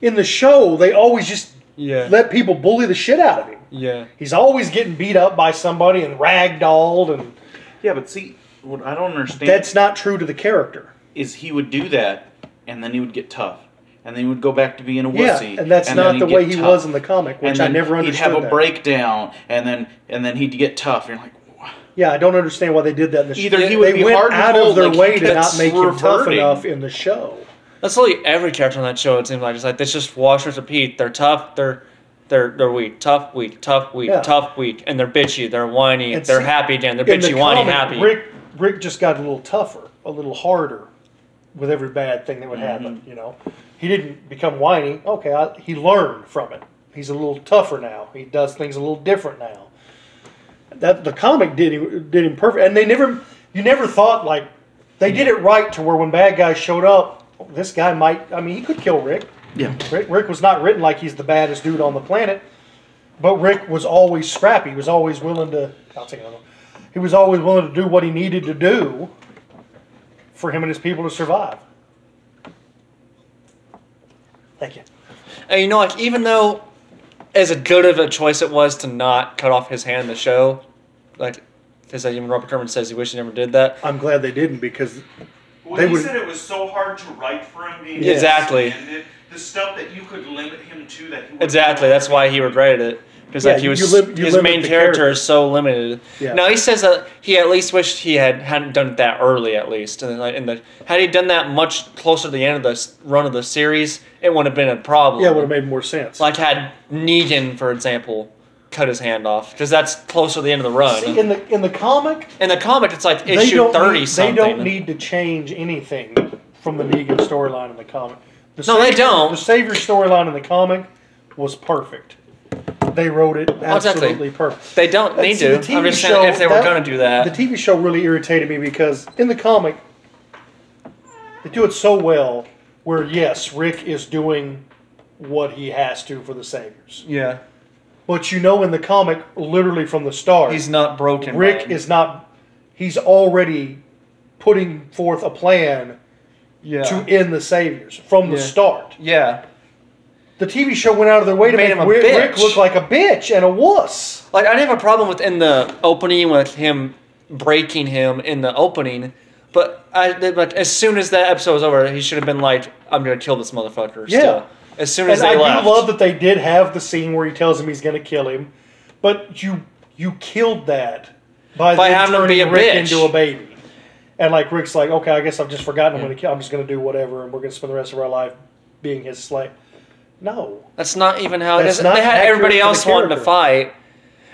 S2: In the show, they always just
S1: yeah,
S2: let people bully the shit out of him.
S1: yeah.
S2: He's always getting beat up by somebody and ragdolled, and
S3: Yeah, but see, what I don't understand
S2: that's not true to the character.
S3: is he would do that, and then he would get tough, and then he would go back to being a
S2: Yeah,
S3: wussy.
S2: and that's
S3: then
S2: not the
S3: he'd
S2: way
S3: get
S2: he
S3: tough.
S2: was in the comic, which
S3: and
S2: I
S3: then
S2: never
S3: he'd
S2: understood.
S3: have a
S2: that.
S3: breakdown, and then and then he'd get tough. And you're like, "Wha-
S2: Yeah, I don't understand why they did that in the show.
S3: Either he
S2: they
S3: would be
S2: went
S3: hard and
S2: out of
S3: cold,
S2: their
S3: like,
S2: way
S3: he
S2: to not
S3: keeps
S2: make him tough
S3: reverting.
S2: enough in the show.
S1: That's literally every character on that show. It seems like it's like this just wash and repeat. They're tough. They're they're they're weak. Tough weak. Tough weak.
S2: Yeah.
S1: Tough weak. And they're bitchy. They're whiny.
S2: And
S1: they're
S2: see,
S1: happy again. They're
S2: In the
S1: bitchy whiny
S2: comic,
S1: happy.
S2: Rick Rick just got a little tougher, a little harder with every bad thing that would happen. You know, he didn't become whiny. Okay, I, he learned from it. He's a little tougher now. He does things a little different now. That the comic did him, did him perfect, and they never you never thought like they did it right to where when bad guys showed up, this guy might. I mean, he could kill Rick.
S3: yeah,
S2: Rick, Rick was not written like he's the baddest dude on the planet, but Rick was always scrappy. He was always willing to. I'll take another. One. He was always willing to do what he needed to do for him and his people to survive. Thank you.
S1: And you know, like even though as good of a choice it was to not cut off his hand in the show, like because even Robert Kerman says he wished he never did that.
S2: I'm glad they didn't because
S4: Well,
S2: They
S4: he
S2: would-
S4: said it was so hard to write for him being
S1: Yes. Exactly.
S4: disbanded, the stuff that you could limit him to that he would
S1: Exactly. That's why he regretted it because
S2: Yeah,
S1: like he
S2: you
S1: was
S2: lim- you
S1: his
S2: limit
S1: main
S2: the
S1: character,
S2: character.
S1: is so limited.
S2: Yeah.
S1: Now he says that he at least wished he had hadn't done it that early at least, and like in the had he done that much closer to the end of the s- run of the series, it wouldn't have been a problem.
S2: yeah, it would have made more sense.
S1: like had Negan for example cut his hand off because that's closer to the end of the run.
S2: See, in the in the comic,
S1: in the comic, it's like
S2: they
S1: issue
S2: don't
S1: thirty
S2: need,
S1: something.
S2: They don't need to change anything from the Negan storyline in the comic. The
S1: No, they
S2: Savior-
S1: don't.
S2: The Savior storyline in the comic was perfect. they wrote it absolutely
S1: Exactly.
S2: perfect.
S1: They don't
S2: And
S1: need
S2: see,
S1: to.
S2: the
S1: I'm
S2: TV
S1: just saying if they were
S2: that-
S1: going to do that.
S2: The TV show really irritated me because in the comic, they do it so well where, yes, Rick is doing what he has to for the Saviors.
S1: yeah.
S2: But you know, in the comic, literally from the start,
S1: He's not broken.
S2: Rick
S1: man.
S2: is not, he's already putting forth a plan
S1: yeah.
S2: to end the Saviors from the
S1: Yeah.
S2: start.
S1: yeah.
S2: The TV show went out of their way to
S1: Made
S2: make
S1: him a
S2: Rick,
S1: bitch.
S2: Rick look like a bitch and a wuss.
S1: Like I didn't have a problem with in the opening with him breaking him in the opening, but I but as soon as that episode was over, he should have been like, "I'm gonna kill this motherfucker."
S2: Yeah.
S1: Still. As soon as
S2: And I
S1: they left.
S2: do love that they did have the scene where he tells him he's going to kill him, but you you killed that by,
S1: By
S2: then
S1: having him
S2: turning
S1: be a
S2: Rick
S1: bitch.
S2: into a baby. And like Rick's like, okay, I guess I've just forgotten I'm going to kill. I'm just going to do whatever, and we're going to spend the rest of our life being his slave. No,
S1: That's not even how.
S2: That's
S1: That's
S2: not
S1: they had
S2: accurate
S1: everybody
S2: for the
S1: else wanting to
S2: character.
S1: fight,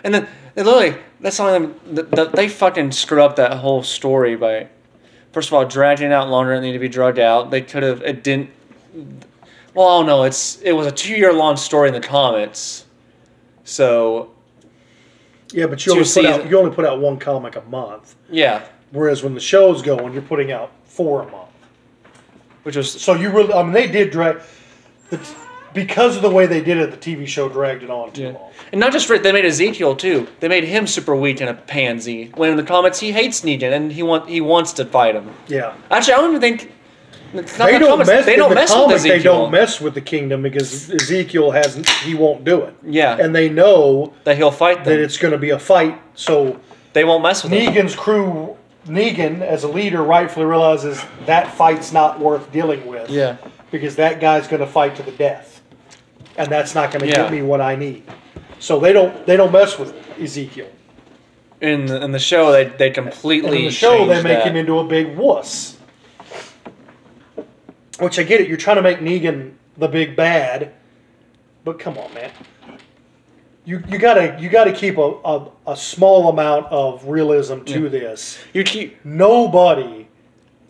S1: and then they literally that's all them. th th they fucking screwed up that whole story by, first of all, dragging it out longer than it needed to be dragged out. They could have it didn't. Well, I don't know. It's it was a two year long story in the comments, so
S2: yeah, but you
S1: Two
S2: only put out
S1: season-
S2: you only put out one comic a month,
S1: yeah,
S2: whereas when the show's going, you're putting out four a month.
S1: which was
S2: So you really, I mean, they did drag the t- because of the way they did it. The TV show dragged it on too
S1: yeah.
S2: long.
S1: and not just Rick. They made Ezekiel too. They made him super weak and a pansy. When in the comments he hates Negan and he want he wants to fight him.
S2: Yeah.
S1: Actually, I don't even think. It's not
S2: they
S1: the
S2: don't
S1: comments,
S2: mess.
S1: they
S2: in
S1: don't
S2: the
S1: mess
S2: comic,
S1: with Ezekiel.
S2: They don't mess with the kingdom because Ezekiel hasn't. He won't do it.
S1: Yeah.
S2: and they know
S1: that he'll fight them.
S2: that it's going to be a fight. So
S1: they won't mess with him.
S2: Negan's crew, Negan as a leader, rightfully realizes that fight's not worth dealing with.
S1: Yeah.
S2: because that guy's going to fight to the death, and that's not going to
S1: Yeah.
S2: give me what I need. So they don't. They don't mess with Ezekiel.
S1: In the, in the show, they they completely
S2: And in the show, they
S1: changed
S2: make
S1: that.
S2: him into a big wuss. Which I get it. You're trying to make Negan the big bad, but come on, man. You you gotta you gotta keep a, a, a small amount of realism to this.
S1: You keep
S2: Nobody,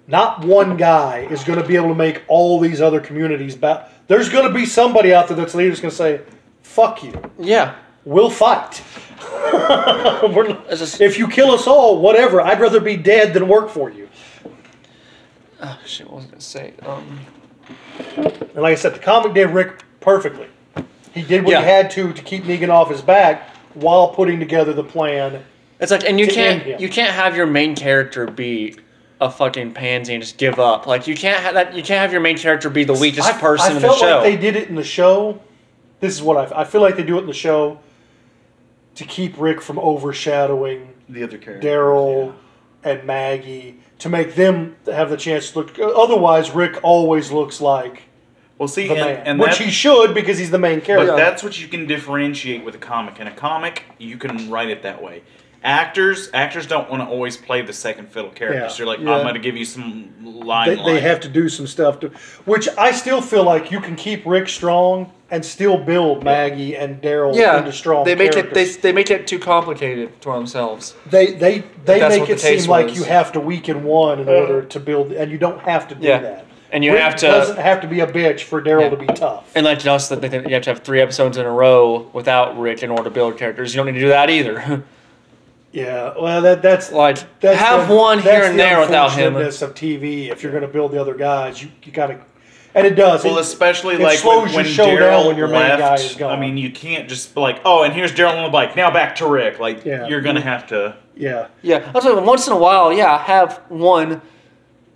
S2: not one guy, is gonna be able to make all these other communities back. There's gonna be somebody out there that's leader that's gonna say, "Fuck you."
S1: yeah.
S2: We'll fight. We're not-
S1: It's just-
S2: if you kill us all, whatever. I'd rather be dead than work for you.
S1: Oh shit, what was I gonna say? Um,
S2: And like I said, the comic did Rick perfectly. He did what
S1: Yeah.
S2: he had to to keep Negan off his back while putting together the plan.
S1: it's like, and you
S2: To
S1: can't
S2: end him.
S1: you can't have your main character be a fucking pansy and just give up. Like you can't have that. You can't have your main character be the weakest
S2: I,
S1: person
S2: I
S1: in the
S2: felt
S1: show.
S2: like they did it in the show. This is what I, I feel like they do it in the show to keep Rick from overshadowing
S3: The other character.
S2: Daryl and Maggie to make them have the chance to look. Otherwise, Rick always looks like
S3: Well, see,
S2: the
S3: and,
S2: man,
S3: and
S2: which
S3: that-
S2: he should because he's the main
S3: But
S2: character.
S3: that's what you can differentiate with a comic. In a comic, you can write it that way. Actors, actors don't want to always play the second fiddle characters.
S2: Yeah.
S3: They're like,
S1: Yeah.
S3: I'm going to give you some
S2: they,
S3: limelight.
S2: they have to do some stuff to, which I still feel like you can keep Rick strong and still build Maggie and Daryl
S1: yeah,
S2: into strong.
S1: they make
S2: characters.
S1: it they, they make it too complicated for themselves.
S2: They they they,
S1: that's
S2: make
S1: what the
S2: it seem
S1: taste
S2: like
S1: was.
S2: you have to weaken one in order to build, and you don't have to do
S1: Yeah.
S2: that.
S1: And you
S2: Rick
S1: have to-
S2: doesn't have to be a bitch for Daryl
S1: Yeah.
S2: to be tough.
S1: And like us, that they think you have to have three episodes in a row without Rick in order to build characters. You don't need to do that either.
S2: yeah, well that that's
S1: like
S2: that's
S1: have
S2: the-
S1: one here
S2: that's
S1: and
S2: the
S1: there without him.
S2: unfortunateness of TV. If you're going to build the other guys, you you got to, and it does.
S3: well,
S2: It-
S3: especially
S2: it
S3: like
S2: slows
S3: when,
S2: your
S3: when
S2: show down
S3: Daryl
S2: when your main
S3: left.
S2: guy is gone.
S3: I mean, you can't just be like, oh, and here's Daryl on the bike. Now back to Rick. Like,
S2: Yeah.
S3: you're going to have to.
S2: yeah.
S1: Yeah, I'm saying once in a while, yeah, I have one,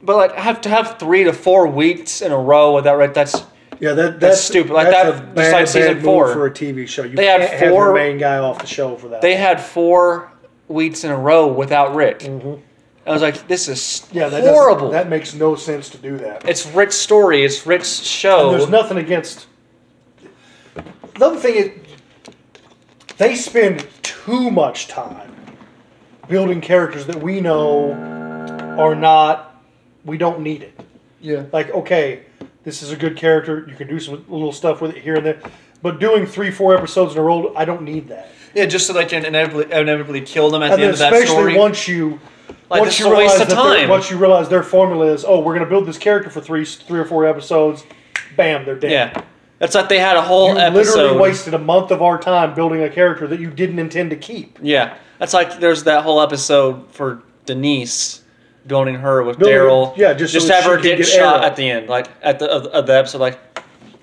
S1: but like I have to have three to four weeks in a row with that. Right? That's
S2: Yeah, that, that's,
S1: stupid. Like,
S2: that's
S1: that-
S2: a
S1: just
S2: bad,
S1: like season
S2: bad move
S1: four.
S2: for a TV show. You
S1: They had
S2: can't have your
S1: four-
S2: main guy off the show for that.
S1: they had four weeks in a row without Rick. I was like, this is
S2: yeah, that doesn't-
S1: horrible.
S2: That makes no sense to do that.
S1: it's Rick's story. It's Rick's
S2: And
S1: show.
S2: there's nothing against. Another thing is, they spend too much time building characters that we know are not. We don't need it.
S1: yeah,
S2: like okay this is a good character you can do some little stuff with it here and there but doing three four episodes in a row i don't need that
S1: yeah, just so they can inevitably, inevitably kill them at
S2: and
S1: the
S2: then
S1: end of that
S2: especially
S1: story.
S2: once you
S1: Like,
S2: once
S1: this
S2: you
S1: is a waste
S2: realize
S1: of
S2: that their-
S1: time.
S2: once you realize their formula is oh we're going to build this character for three three or four episodes bam they're dead
S1: yeah, That's like they had a whole
S2: You
S1: episode.
S2: literally wasted a month of our time building a character that you didn't intend to keep.
S1: yeah, that's like there's that whole episode for Denise building her with
S2: Building-
S1: Daryl.
S2: yeah, just so
S1: just
S2: that
S1: have
S2: she
S1: her
S2: could
S1: get,
S2: get
S1: shot
S2: Arrow.
S1: at the end, like at the of, of the episode. Like,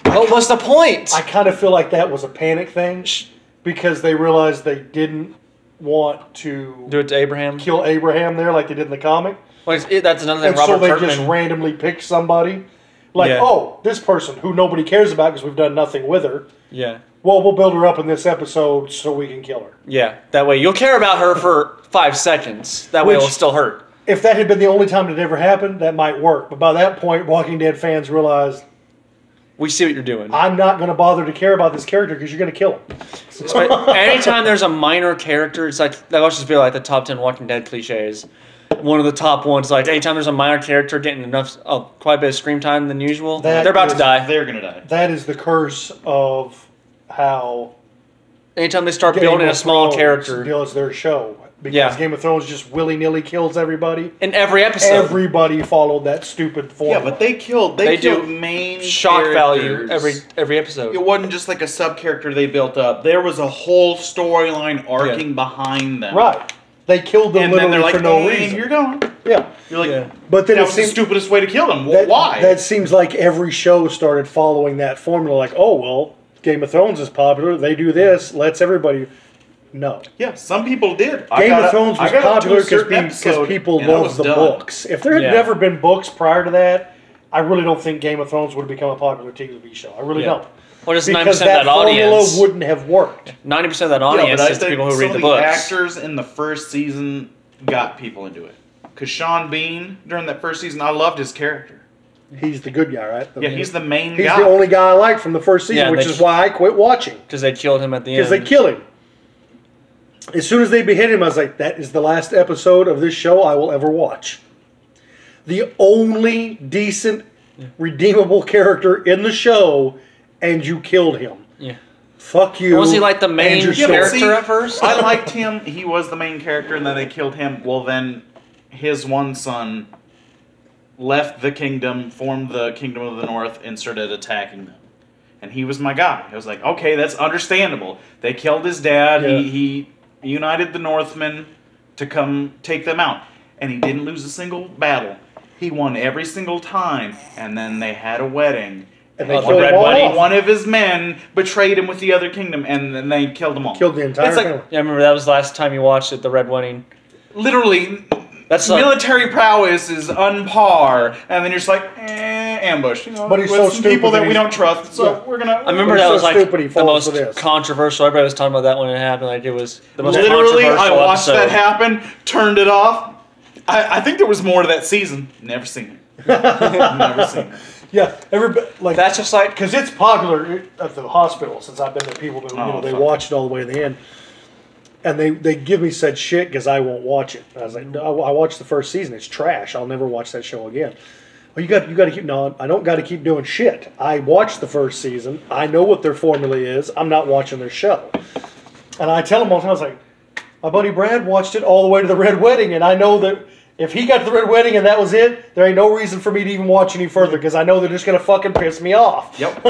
S1: what was the point?
S2: I kind of feel like that was a panic thing
S1: Sh-
S2: because they realized they didn't want to
S1: Do it to Abraham.
S2: kill Abraham there like they did in the comic.
S1: Like, it- that's another thing.
S2: And
S1: Robert
S2: so they
S1: Kirkman.
S2: just randomly picked somebody. Like,
S1: Yeah.
S2: oh, this person who nobody cares about because we've done nothing with her.
S1: yeah,
S2: Well, we'll build her up in this episode so we can kill her.
S1: yeah. That way you'll care about her for five seconds. That way
S2: Which-
S1: it'll still hurt.
S2: If that had been the only time it ever happened, that might work. But by that point, Walking Dead fans realized
S1: We see what you're doing.
S2: I'm not going to bother to care about this character because you're going to kill him.
S1: But anytime there's a minor character, it's like that must just be like the top ten Walking Dead cliches. One of the top ones, like anytime there's a minor character getting enough, uh, quite a bit of screen time than usual,
S2: That
S1: they're about to
S2: is-
S1: die.
S3: They're gonna die.
S2: That is the curse of how
S1: Anytime they start
S2: Game
S1: building
S2: of
S1: a small
S2: Thrones
S1: character
S2: does their show because
S1: Yeah.
S2: Game of Thrones just willy nilly kills everybody.
S1: in every episode,
S2: Everybody followed that stupid
S3: Yeah,
S2: formula.
S3: but they killed. They,
S1: They do
S3: killed main
S1: shock value
S3: characters.
S1: every every
S3: It
S1: episode.
S3: wasn't just like a sub character they built up. There was a whole storyline arcing behind them.
S2: right? They killed them
S3: And
S2: literally
S3: then they're like,
S2: for no
S3: "And
S2: reason.
S3: you're gone.
S2: Yeah,
S3: You're like,
S1: Yeah.
S2: but then
S3: that
S2: it
S3: was the
S2: seems
S3: stupidest way to kill them. Well,
S2: that,
S3: why?
S2: that seems like every show started following that formula. Like, oh well, Game of Thrones is popular. They do this. Let's everybody. No,
S3: yeah, some people did. Game
S2: Game of Thrones was popular because people loved the books. If there had
S1: Yeah.
S2: never been books prior to that, I really don't think Game of Thrones would have become a popular TV show. I really
S1: Yeah.
S2: don't.
S1: What is ninety
S2: Because
S1: percent
S2: that,
S1: of that audience?
S2: formula wouldn't have worked.
S1: Ninety percent of that
S3: Yeah,
S1: audience
S3: but I
S1: is
S3: think
S1: people who
S3: some
S1: read
S3: of
S1: the books.
S3: actors in the first season got people into it. Because Sean Bean during that first season, I loved his character.
S2: He's the good guy, right? The-
S3: Yeah, he's the main
S2: he's
S3: guy.
S2: the only guy I like from the first season,
S1: Yeah,
S2: which
S1: they-
S2: is why I quit watching
S1: because they killed him at the end.
S2: because they kill him. As soon as they behead him, I was like, "That is the last episode of this show I will ever watch." The only decent, redeemable character in the show, and you killed him.
S1: Yeah.
S2: Fuck you.
S1: Was he, like, the main
S2: and your
S1: Yeah,
S2: story.
S1: but character at first?
S3: I liked him. He was the main character, and then they killed him. Well, then his one son left the kingdom, formed the kingdom of the north, and started attacking them. And he was my guy. I was like, okay, that's understandable. They killed his dad.
S2: Yeah.
S3: He, he united the Northmen to come take them out, and he didn't lose a single battle. He won every single time, and then they had a wedding.
S2: And they
S1: Oh, the
S2: killed
S1: Red
S2: him all
S1: Wedding
S2: off.
S3: One of his men betrayed him with the other kingdom, and then they killed them all.
S2: Killed the entire
S3: It's like-
S2: family.
S1: Yeah, I remember that was the last time you watched it, the Red Wedding.
S3: literally
S1: That's uh, like-
S3: military prowess is on par, and then you're just like eh, ambush. You know,
S2: But he's
S3: with
S2: so
S3: some
S2: stupid
S3: people
S2: that
S3: that we
S2: he's-
S3: don't trust, so
S2: Yeah.
S3: we're gonna.
S1: I remember
S2: He's
S1: that
S2: so
S1: was like
S2: stupid he
S1: the
S2: falls
S1: most
S2: for this.
S1: controversial. Everybody was talking about that when it happened. Like it was the most
S3: literally,
S1: controversial
S3: I watched
S1: episode.
S3: that happen, turned it off. I, I think there was more to that season. Never seen it. Never seen it.
S2: Yeah, everybody like
S1: That's just like
S2: because it's popular at the hospital since I've been there. People do, you
S3: Oh,
S2: know, they
S3: fuck.
S2: watch it all the way to the end, and they they give me said shit because I won't watch it. And I was like, no, I watched the first season. It's trash. I'll never watch that show again. Well, you got you got to keep no. I don't got to keep doing shit. I watched the first season. I know what their formula is. I'm not watching their show. And I tell them all the time, I was like, my buddy Brad watched it all the way to the Red Wedding, and I know that if he got to the Red Wedding and that was it, there ain't no reason for me to even watch any further because I know they're just gonna fucking piss me off.
S3: Yep.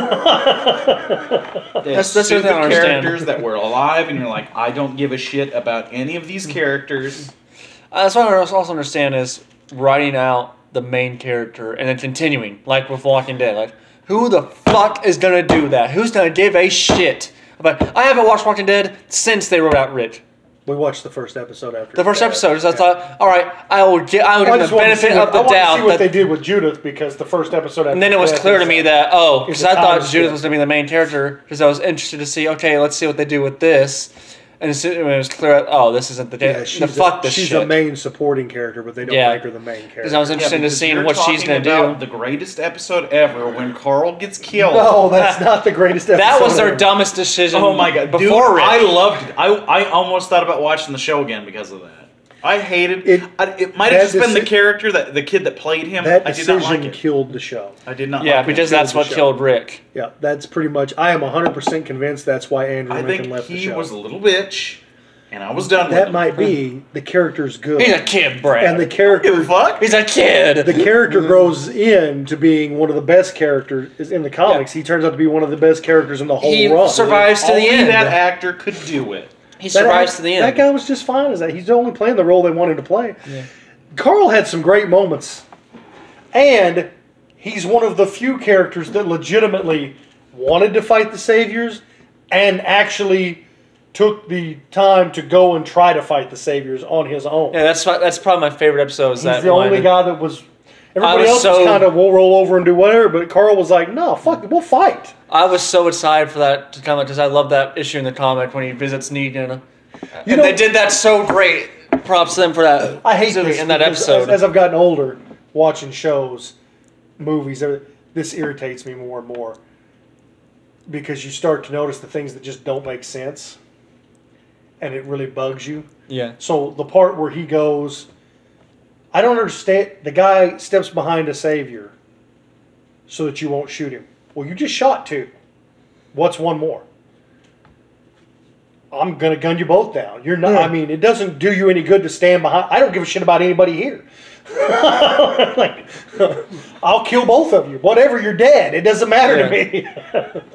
S1: that's that's the
S3: Stupid
S1: other thing I don't
S3: characters
S1: understand.
S3: that were alive, and you're like, I don't give a shit about any of these characters.
S1: Uh, That's what I also understand is writing out the main character and then continuing, like with Walking Dead. Like who the fuck is gonna do that? Who's gonna give a shit? But I haven't watched Walking Dead since they wrote out Rick.
S2: We watched the first episode after
S1: The first
S2: that.
S1: episode, so I
S2: Yeah.
S1: thought, all right, I will get, I will
S2: I
S1: give
S2: just
S1: the
S2: wanted to see
S1: benefit
S2: what-
S1: of the
S2: I wanted to
S1: doubt
S2: see what
S1: that
S2: they did with Judith because the first episode. After
S1: And then it was
S2: that
S1: clear to me that oh,
S2: It's
S1: because
S2: a
S1: I thought Judith
S2: time skip.
S1: was going to be the main character because I was interested to see okay, let's see what they do with this, and as soon, when it was clear oh, this isn't the
S2: yeah,
S1: day.
S2: she's
S1: the fuck
S2: a,
S1: this
S2: she's
S1: shit.
S2: a main supporting character, but they don't
S1: Yeah.
S2: make her the main
S1: because I
S2: character.
S1: was interested in
S3: because
S1: seeing
S3: you're
S1: what she's
S3: talking
S1: going to
S3: about
S1: do.
S3: The greatest episode ever when Carl gets killed.
S2: no, that's not the greatest episode.
S1: that was their
S2: ever.
S1: dumbest decision.
S3: Oh my god!
S1: Before
S3: Dude,
S1: Rick,
S3: I loved it. I, I almost thought about watching the show again because of that. I hated
S2: It-
S3: it. I, it might
S2: that
S3: have just been the
S2: deci-
S3: character that the kid that played him.
S2: That
S3: I did not
S2: decision
S3: like it.
S2: killed the show.
S3: I did not.
S1: yeah,
S3: like it.
S1: because
S2: killed
S1: that's
S2: the
S1: what
S2: show.
S1: killed Rick.
S2: Yeah, that's pretty much. I am 100% convinced that's why Andrew
S3: I
S2: Lincoln
S3: think
S2: left the
S3: he
S2: show.
S3: was a little bitch, and I was done. with
S2: That
S3: it.
S2: might be the character's good,
S1: He's a kid, Brad.
S2: and the
S3: give a
S2: character
S3: fuck.
S1: He's a kid.
S2: the character grows into being one of the best characters in the comics. He turns out to be one of the best characters in the whole
S1: he
S2: run.
S1: survives to the
S3: Only
S1: end.
S3: That actor could do it.
S1: he
S2: That-
S1: survives to the end.
S2: That guy was just fine as that. He's only playing the role they wanted to play. Carl had some great moments, and he's one of the few characters that legitimately wanted to fight the saviors and actually took the time to go and try to fight the saviors on his own.
S1: yeah, that's my, that's probably my favorite episode. Is
S2: he's
S1: that
S2: the
S1: one.
S2: only guy that was. Everybody
S1: was
S2: else
S1: so-
S2: was kind of will roll over and do whatever, but Carl was like, "No, fuck, it, we'll fight."
S1: I was so excited for that to come out because I love that issue in the comic when he visits Negan.
S2: You
S1: and they did that so great. Props to them for that.
S2: I hate
S1: specifically
S2: this
S1: in that
S2: because as-
S1: episode.
S2: As, I've gotten older, watching shows, movies, everything, this irritates me more and more because you start to notice the things that just don't make sense, and it really bugs you.
S1: yeah,
S2: So the part where he goes, I don't understand. The guy steps behind a savior so that you won't shoot him. Well, you just shot two. What's one more? I'm gonna gun you both down. You're not. I mean, it doesn't do you any good to stand behind. I don't give a shit about anybody here. like, I'll kill both of you. Whatever, you're dead. It doesn't matter to me.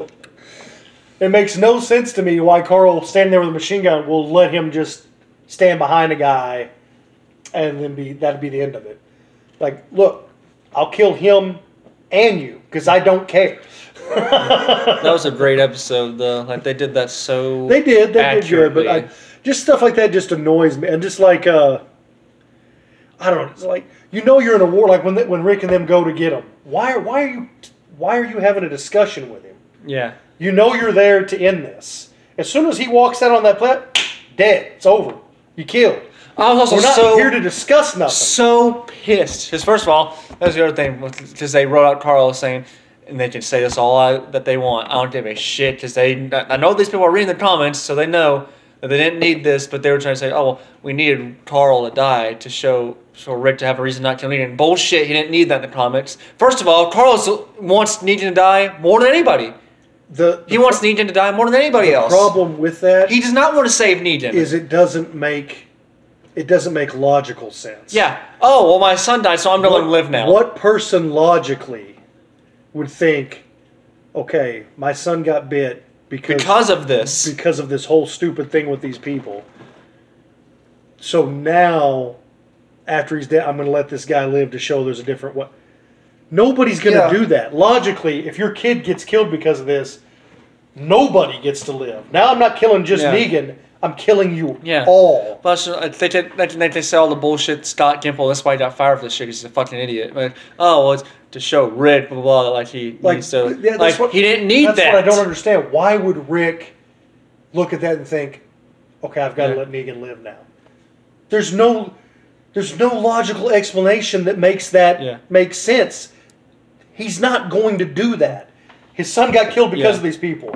S2: it makes no sense to me why Carl standing there with a machine gun will let him just stand behind a guy, and then be that'd be the end of it. Like, look, I'll kill him and you because I don't care.
S1: that was a great episode though. Like they did that so.
S2: They did. They did good,
S1: accurately.
S2: but I, just stuff like that just annoys me. And just like, uh, I don't know. It's like you know you're in a war. Like when they, when Rick and them go to get him. Why are why are you why are you having a discussion with him?
S1: yeah,
S2: You know you're there to end this. As soon as he walks out on that plat, dead. It's over. You killed.
S1: I was also
S2: We're not
S1: so
S2: here to discuss nothing.
S1: so pissed. Because first of all, that was the other thing. Because they wrote out Carl saying, and they can say this all I, that they want. I don't give a shit. Because they, I know these people are reading the comments, so they know that they didn't need this. But they were trying to say, oh, well, we needed Carl to die to show for Rick to have a reason not to kill Negan. Bullshit. He didn't need that in the comics. First of all, Carl is- wants Negan to die more than anybody.
S2: the,
S1: He wants Negan to die more than anybody
S2: the
S1: else.
S2: problem with that is
S1: He does not want to save Negan.
S2: it doesn't make it doesn't make logical sense.
S1: yeah. Oh well, my son died, so I'm gonna let him live now.
S2: What person logically would think, okay, my son got bit because because,
S1: Because of this.
S2: of this whole stupid thing with these people. So now, after he's dead, I'm going to let this guy live to show there's a different way. Nobody's going to
S1: Yeah.
S2: do that. Logically, if your kid gets killed because of this, nobody gets to live. Now I'm not killing just
S1: Yeah.
S2: Negan. I'm killing you
S1: Yeah.
S2: all.
S1: Plus, uh, they did, they, did- they say all the bullshit. Scott Gimple, that's why he got fired for this shit. He's a fucking idiot. Like, oh, well, it's to show Rick, blah blah. blah like he
S2: Like,
S1: needs to.
S2: yeah, that's
S1: like
S2: what-
S1: he didn't need
S2: that's
S1: that.
S2: what I don't understand. Why would Rick look at that and think, "Okay, I've got to
S1: Yeah.
S2: let Negan live now"? There's no, there's no logical explanation that makes that
S1: Yeah.
S2: make sense. He's not going to do that. His son got killed because
S1: Yeah.
S2: of these people.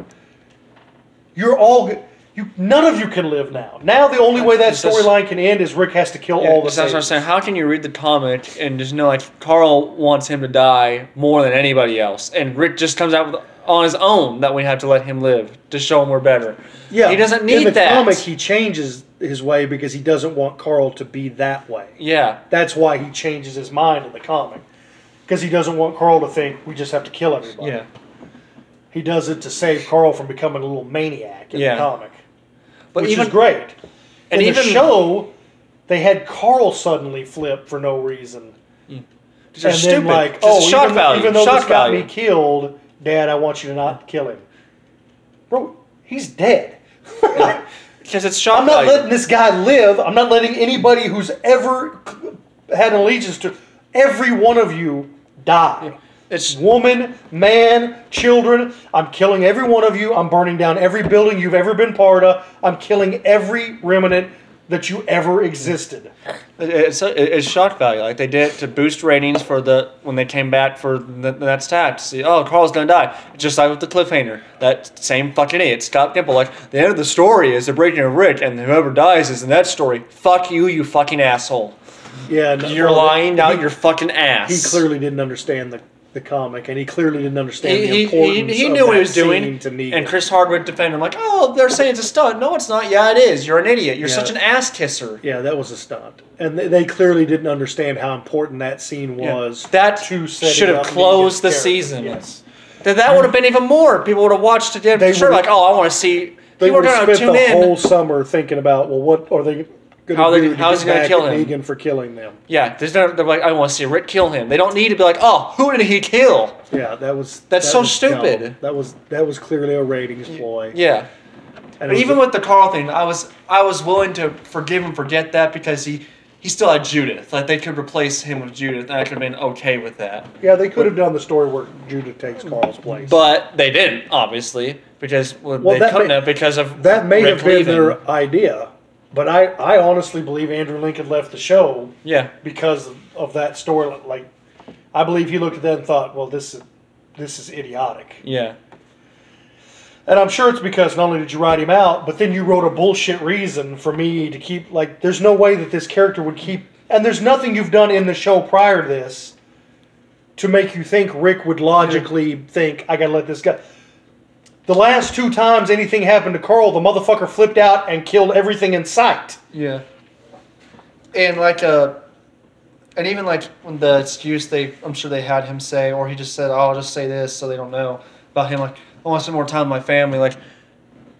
S2: You're all, g- you none of you can live now. Now the only way that
S1: It's just-
S2: storyline can end is Rick has to kill
S1: Yeah,
S2: all the.
S1: that's what I'm
S2: saviors.
S1: saying. How can you read the comic and just know like Carl wants him to die more than anybody else, and Rick just comes out with, on his own that we have to let him live to show him we're better.
S2: Yeah,
S1: he doesn't
S2: in
S1: need
S2: the
S1: that.
S2: comic. He changes his way because he doesn't want Carl to be that way.
S1: yeah,
S2: That's why he changes his mind in the comic. Because he doesn't want Carl to think we just have to kill everybody.
S1: yeah.
S2: He does it to save Carl from becoming a little maniac in
S1: Yeah.
S2: the comic.
S1: But
S2: which
S1: even
S2: is great.
S1: and
S2: in
S1: even
S2: the show, they had Carl suddenly flip for no reason.
S1: just stupid.
S2: like,
S1: just
S2: oh,
S1: shock
S2: even,
S1: value.
S2: even though
S1: shock
S2: this
S1: value.
S2: got me killed, Dad, I want you to not kill him. Bro, he's dead.
S1: Because it's shock
S2: I'm not
S1: value.
S2: letting this guy live. I'm not letting anybody who's ever had an allegiance to every one of you die.
S1: it's
S2: Woman, man, children, I'm killing every one of you. I'm burning down every building you've ever been part of. I'm killing every remnant that you ever existed.
S1: It- It's it's shock value. Like they did it to boost ratings for the when they came back for the, that stat. See, oh, Carl's gonna die. Just like with the cliffhanger, that same fucking idiot, Scott Gimple. Like the end of the story is the breaking of Rick, and whoever dies is in that story. Fuck you, you fucking asshole.
S2: Yeah, no,
S1: You're
S2: well,
S1: lying
S2: he-
S1: out your fucking ass.
S2: He clearly didn't understand the the comic, and he clearly didn't understand
S1: He,
S2: the
S1: he,
S2: importance.
S1: he, he
S2: of
S1: knew what
S2: that
S1: he was doing,
S2: scene to Negan.
S1: and Chris Hardwick defended him like, "Oh, they're saying it's a stunt. No, it's not. Yeah, it is. You're an idiot. You're
S2: Yeah.
S1: such an ass kisser."
S2: Yeah, that was a stunt, and they, they clearly didn't understand how important that scene
S1: Yeah.
S2: was.
S1: that
S2: to setting
S1: should have
S2: up Negan's
S1: closed the
S2: character.
S1: season.
S2: Yes.
S1: That, that would have been even more. People would have watched it.
S2: They
S1: They sure,
S2: would've-
S1: like, oh, I want to see.
S2: They
S1: people are
S2: would have
S1: going to
S2: spent
S1: tune
S2: the
S1: in.
S2: whole summer thinking about, well, what are they going
S1: How
S2: to
S1: they-
S2: do to
S1: how is
S2: get
S1: he gonna
S2: back
S1: kill
S2: at
S1: him?
S2: Negan for killing them?
S1: Yeah, there's no, they're like, I want to see Rick kill him. They don't need to be like, oh, who did he kill?
S2: Yeah, that was
S1: That's
S2: that
S1: so
S2: was
S1: stupid.
S2: dumb. That was that was clearly a ratings ploy.
S1: Yeah,
S2: and
S1: but even with the Carl thing, I was I was willing to forgive and forget that because he he still had Judith. Like they could replace him with Judith, and I could have been okay with that.
S2: yeah, they could have done the story where Judith takes Carl's place.
S1: But they didn't, obviously, because well,
S2: Well,
S1: they
S2: that
S1: couldn't
S2: may-
S1: have because of
S2: that may
S1: Rick
S2: have been
S1: leaving.
S2: their idea. But I, I honestly believe Andrew Lincoln left the show
S1: yeah
S2: because of, of that story. Like, I believe he looked at that and thought, well, this is this is idiotic.
S1: yeah.
S2: And I'm sure it's because not only did you write him out, but then you wrote a bullshit reason for me to keep. Like, there's no way that this character would keep. And there's nothing you've done in the show prior to this to make you think Rick would logically think, I gotta let this guy. The last two times anything happened to Carl, the motherfucker flipped out and killed everything in sight.
S1: Yeah. And like uh and even like when the excuse they I'm sure they had him say, or he just said, oh, I'll just say this so they don't know about him like, I want to spend more time with my family, like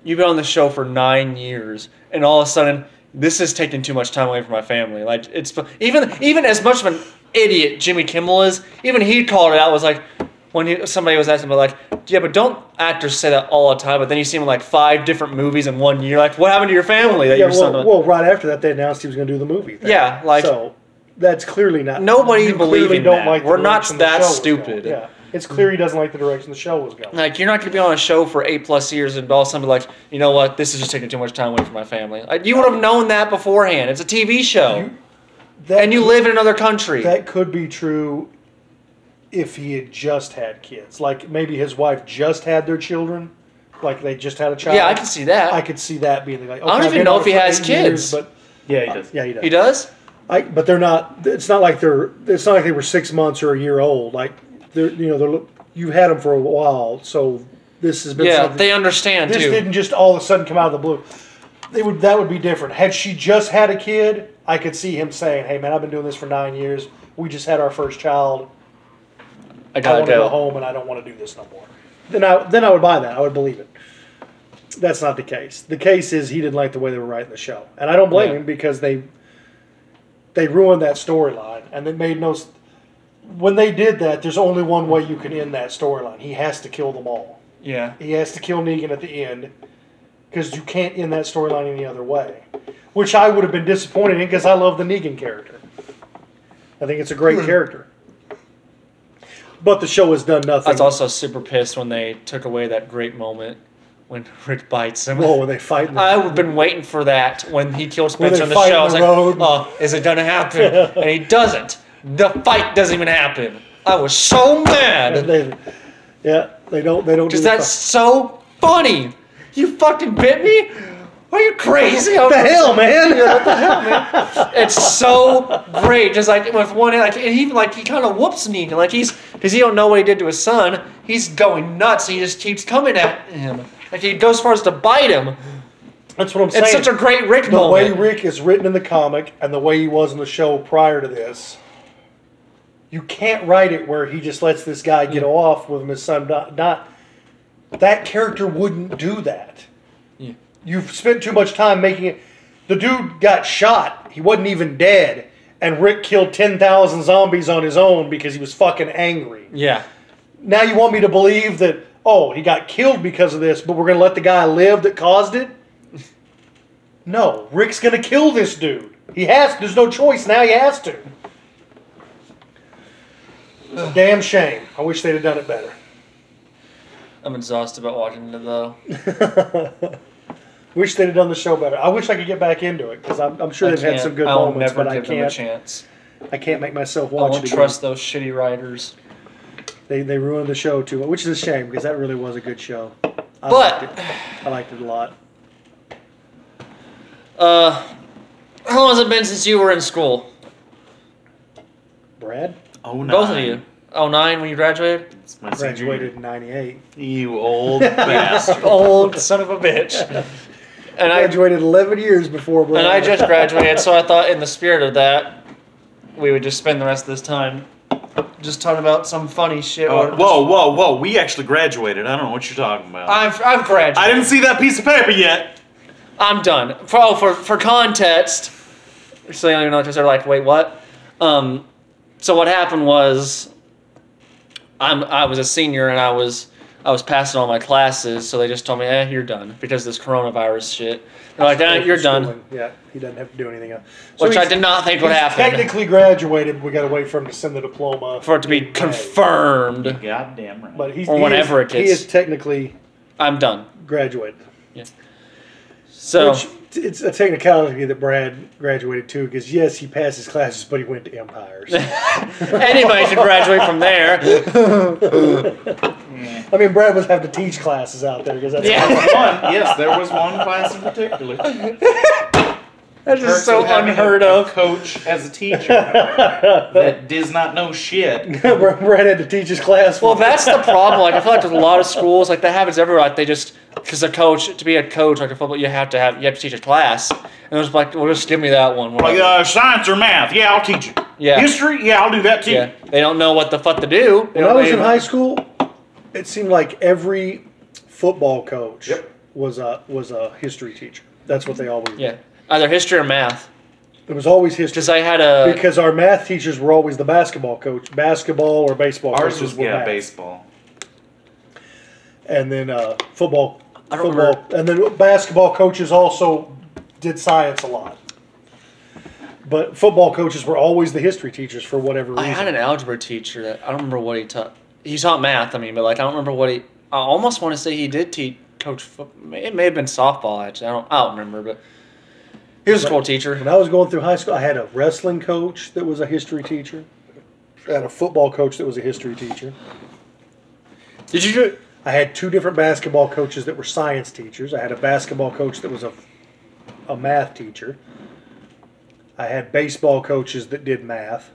S1: you've been on the show for nine years and all of a sudden this is taking too much time away from my family. Like it's even even as much of an idiot Jimmy Kimmel is, even he called it out was like when he, somebody was asking about like, yeah, but don't actors say that all the time? But then you see him in like five different movies in one year. Like, what happened to your family that
S2: Yeah,
S1: you're son
S2: well, well, right after that, they announced he was going to do the movie. thing.
S1: Yeah, like-
S2: so that's clearly not.
S1: Nobody
S2: you
S1: believed
S2: clearly
S1: in
S2: don't
S1: that.
S2: Like the
S1: We're not
S2: direction the
S1: that
S2: show was
S1: stupid.
S2: Going. Yeah, it's clear he doesn't like the direction the show was going.
S1: Like you're not gonna be on a show for eight plus years and all of a sudden be like, you know what, this is just taking too much time away from my family. Like you would have known that beforehand. It's a TV show,
S2: You- That,
S1: and you live in another country.
S2: That could be true if he had just had kids. Like maybe his wife just had their children. Like they just had a child.
S1: yeah, I can see that.
S2: I could see that being like. Okay,
S1: don't
S2: I've
S1: even
S2: been
S1: know
S2: on
S1: if
S2: it
S1: he
S2: for
S1: has
S2: eight years,
S1: kids.
S2: but
S3: Yeah, he does.
S2: yeah, he does.
S1: he does.
S2: I, but they're not. It's not like they're. It's not like they were six months or a year old. Like they're. You know, they're. You've had them for a while, so this has been.
S1: Yeah,
S2: something-
S1: they understand
S2: This
S1: too.
S2: didn't just all of a sudden come out of the blue. They would. That would be different. Had she just had a kid, I could see him saying, "Hey, man, I've been doing this for nine years. We just had our first child.
S1: I
S2: I
S1: gotta
S2: want to go
S1: go.
S2: home, and I don't want to do this no more." Then I. Then I would buy that. I would believe it. That's not the case. The case is he didn't like the way they were writing the show, and I don't blame
S1: Yeah.
S2: him because they they ruined that storyline and they made no. s- When they did that, there's only one way you can end that storyline. He has to kill them all.
S1: Yeah,
S2: He has to kill Negan at the end because you can't end that storyline any other way. Which I would have been disappointed in because I love the Negan character. I think it's a great character. But the show has done nothing.
S1: I was also super pissed when they took away that great moment when Rick bites him.
S2: Whoa, when they fight. in the-
S1: I've been waiting for that when he killed
S2: When they
S1: Spencer on the
S2: fight
S1: show. I
S2: on
S1: was
S2: the
S1: like,
S2: road.
S1: oh, is it gonna happen? and he doesn't. The fight doesn't even happen. I was so mad.
S2: And they- yeah, they don't. They don't.
S1: Because
S2: do the
S1: that's so funny. You fucking bit me? Are you crazy? What
S2: the hell, man.
S1: It's so great. Just like with one hand, like and he even, like he kind of whoops Negan. Like he's because he don't know what he did to his son. He's going nuts. And he just keeps coming at him. Like he goes as far as to bite him.
S2: That's what I'm saying.
S1: It's such a great Rick
S2: the way
S1: moment.
S2: Rick is written in the comic and the way he was in the show prior to this, you can't write it where he just lets this guy
S1: Mm.
S2: get off with him as son. Not, not that character wouldn't do that.
S1: Yeah.
S2: You've spent too much time making it. The dude got shot. He wasn't even dead, and Rick killed ten thousand zombies on his own because he was fucking angry.
S1: yeah.
S2: Now you want me to believe that? Oh, he got killed because of this, but we're gonna let the guy live that caused it? No, Rick's gonna kill this dude. He has. There's no choice now. He has to. It's a damn shame. I wish they'd have done it better.
S1: I'm exhausted about watching it though.
S2: Wish they'd have done the show better. I wish I could get back into it because I'm, I'm sure
S1: I
S2: they've had
S1: can't-
S2: some good
S1: I will
S2: moments,
S1: never
S2: but I
S1: give them a
S2: can't.
S1: chance.
S2: I can't make myself
S1: I
S2: watch
S1: won't
S2: it. again.
S1: trust those shitty writers.
S2: They they ruined the show too, which is a shame because that really was a good show. I
S1: But-
S2: liked it. I liked it a lot.
S1: Uh, how long has it been since you were in school?
S2: Brad.
S3: Oh,
S1: Both of you. Oh nine when you graduated?
S3: It's my senior
S2: Graduated in '98.
S3: year. You old bastard.
S1: Old son of a bitch. And I
S2: Graduated 11 years before.
S1: and
S2: Will.
S1: I just graduated, so I thought in the spirit of that, we would just spend the rest of this time just talking about some funny shit. or
S3: Oh,
S1: just-
S3: whoa, whoa, whoa. We actually graduated. I don't know what you're talking about. I,
S1: I've I've graduated.
S3: didn't see that piece of paper yet.
S1: I'm done. For oh, for for context, so you don't even know because they're like, wait, what? Um, so what happened was, I'm I was a senior and I was I was passing all my classes, so they just told me, eh, you're done because of this coronavirus shit. They're like, eh, you're done,
S2: Yeah, he doesn't have to do anything else. So
S1: which I
S2: he's-
S1: did not think would
S2: he's
S1: happen
S2: Technically graduated, but we got to wait for him to send the diploma
S1: for it to be
S2: in May.
S1: confirmed.
S3: Goddamn right.
S2: But he's
S1: or
S2: he
S1: whenever
S2: is-
S1: it gets-
S2: He is technically
S1: I'm done.
S2: graduated.
S1: So
S2: Which t- it's a technicality that Brad graduated too, because yes, he passed his classes, but he went to Empires.
S1: anybody should graduate from there.
S2: I mean, Brad was having to teach classes out there because that's
S1: Yeah.
S3: one, yes, there was one class in particular.
S1: That's just so unheard of.
S3: Coach as a teacher that does not know shit.
S2: Brad had to teach his class.
S1: Well, that's the problem. Like, I feel like there's a lot of schools, like, that happens everywhere. Like, they just, because a coach, to be a coach, like, a football, you have to have, you have to teach a class. And it was like, well, just give me that one.
S3: Like, uh, science or math? Yeah, I'll teach it.
S1: Yeah.
S3: History? Yeah, I'll do that too.
S1: yeah. They don't know what the fuck to do. They
S2: When I
S1: don't
S2: was in
S1: even-
S2: high school, it seemed like every football coach was a was a history teacher. That's what they always.
S1: Yeah. Either history or math.
S2: It was always history
S1: Because I had a,
S2: because our math teachers were always the basketball coach, basketball or baseball.
S3: Ours
S2: coaches
S3: was
S2: were
S3: yeah,
S2: math.
S3: baseball.
S2: and then uh, football.
S1: I don't
S2: football,
S1: remember.
S2: and then basketball coaches also did science a lot. But football coaches were always the history teachers for whatever
S1: I
S2: reason.
S1: had an algebra teacher that, I don't remember what he taught. He taught math, I mean, but, like, I don't remember what he, I almost want to say he did teach coach, fo- it may have been softball, actually. I don't, I don't remember, but he was a cool teacher.
S2: when I was going through high school, I had a wrestling coach that was a history teacher. I had a football coach that was a history teacher.
S1: Did you do?
S2: I had two different basketball coaches that were science teachers. I had a basketball coach that was a, a math teacher. I had baseball coaches that did math.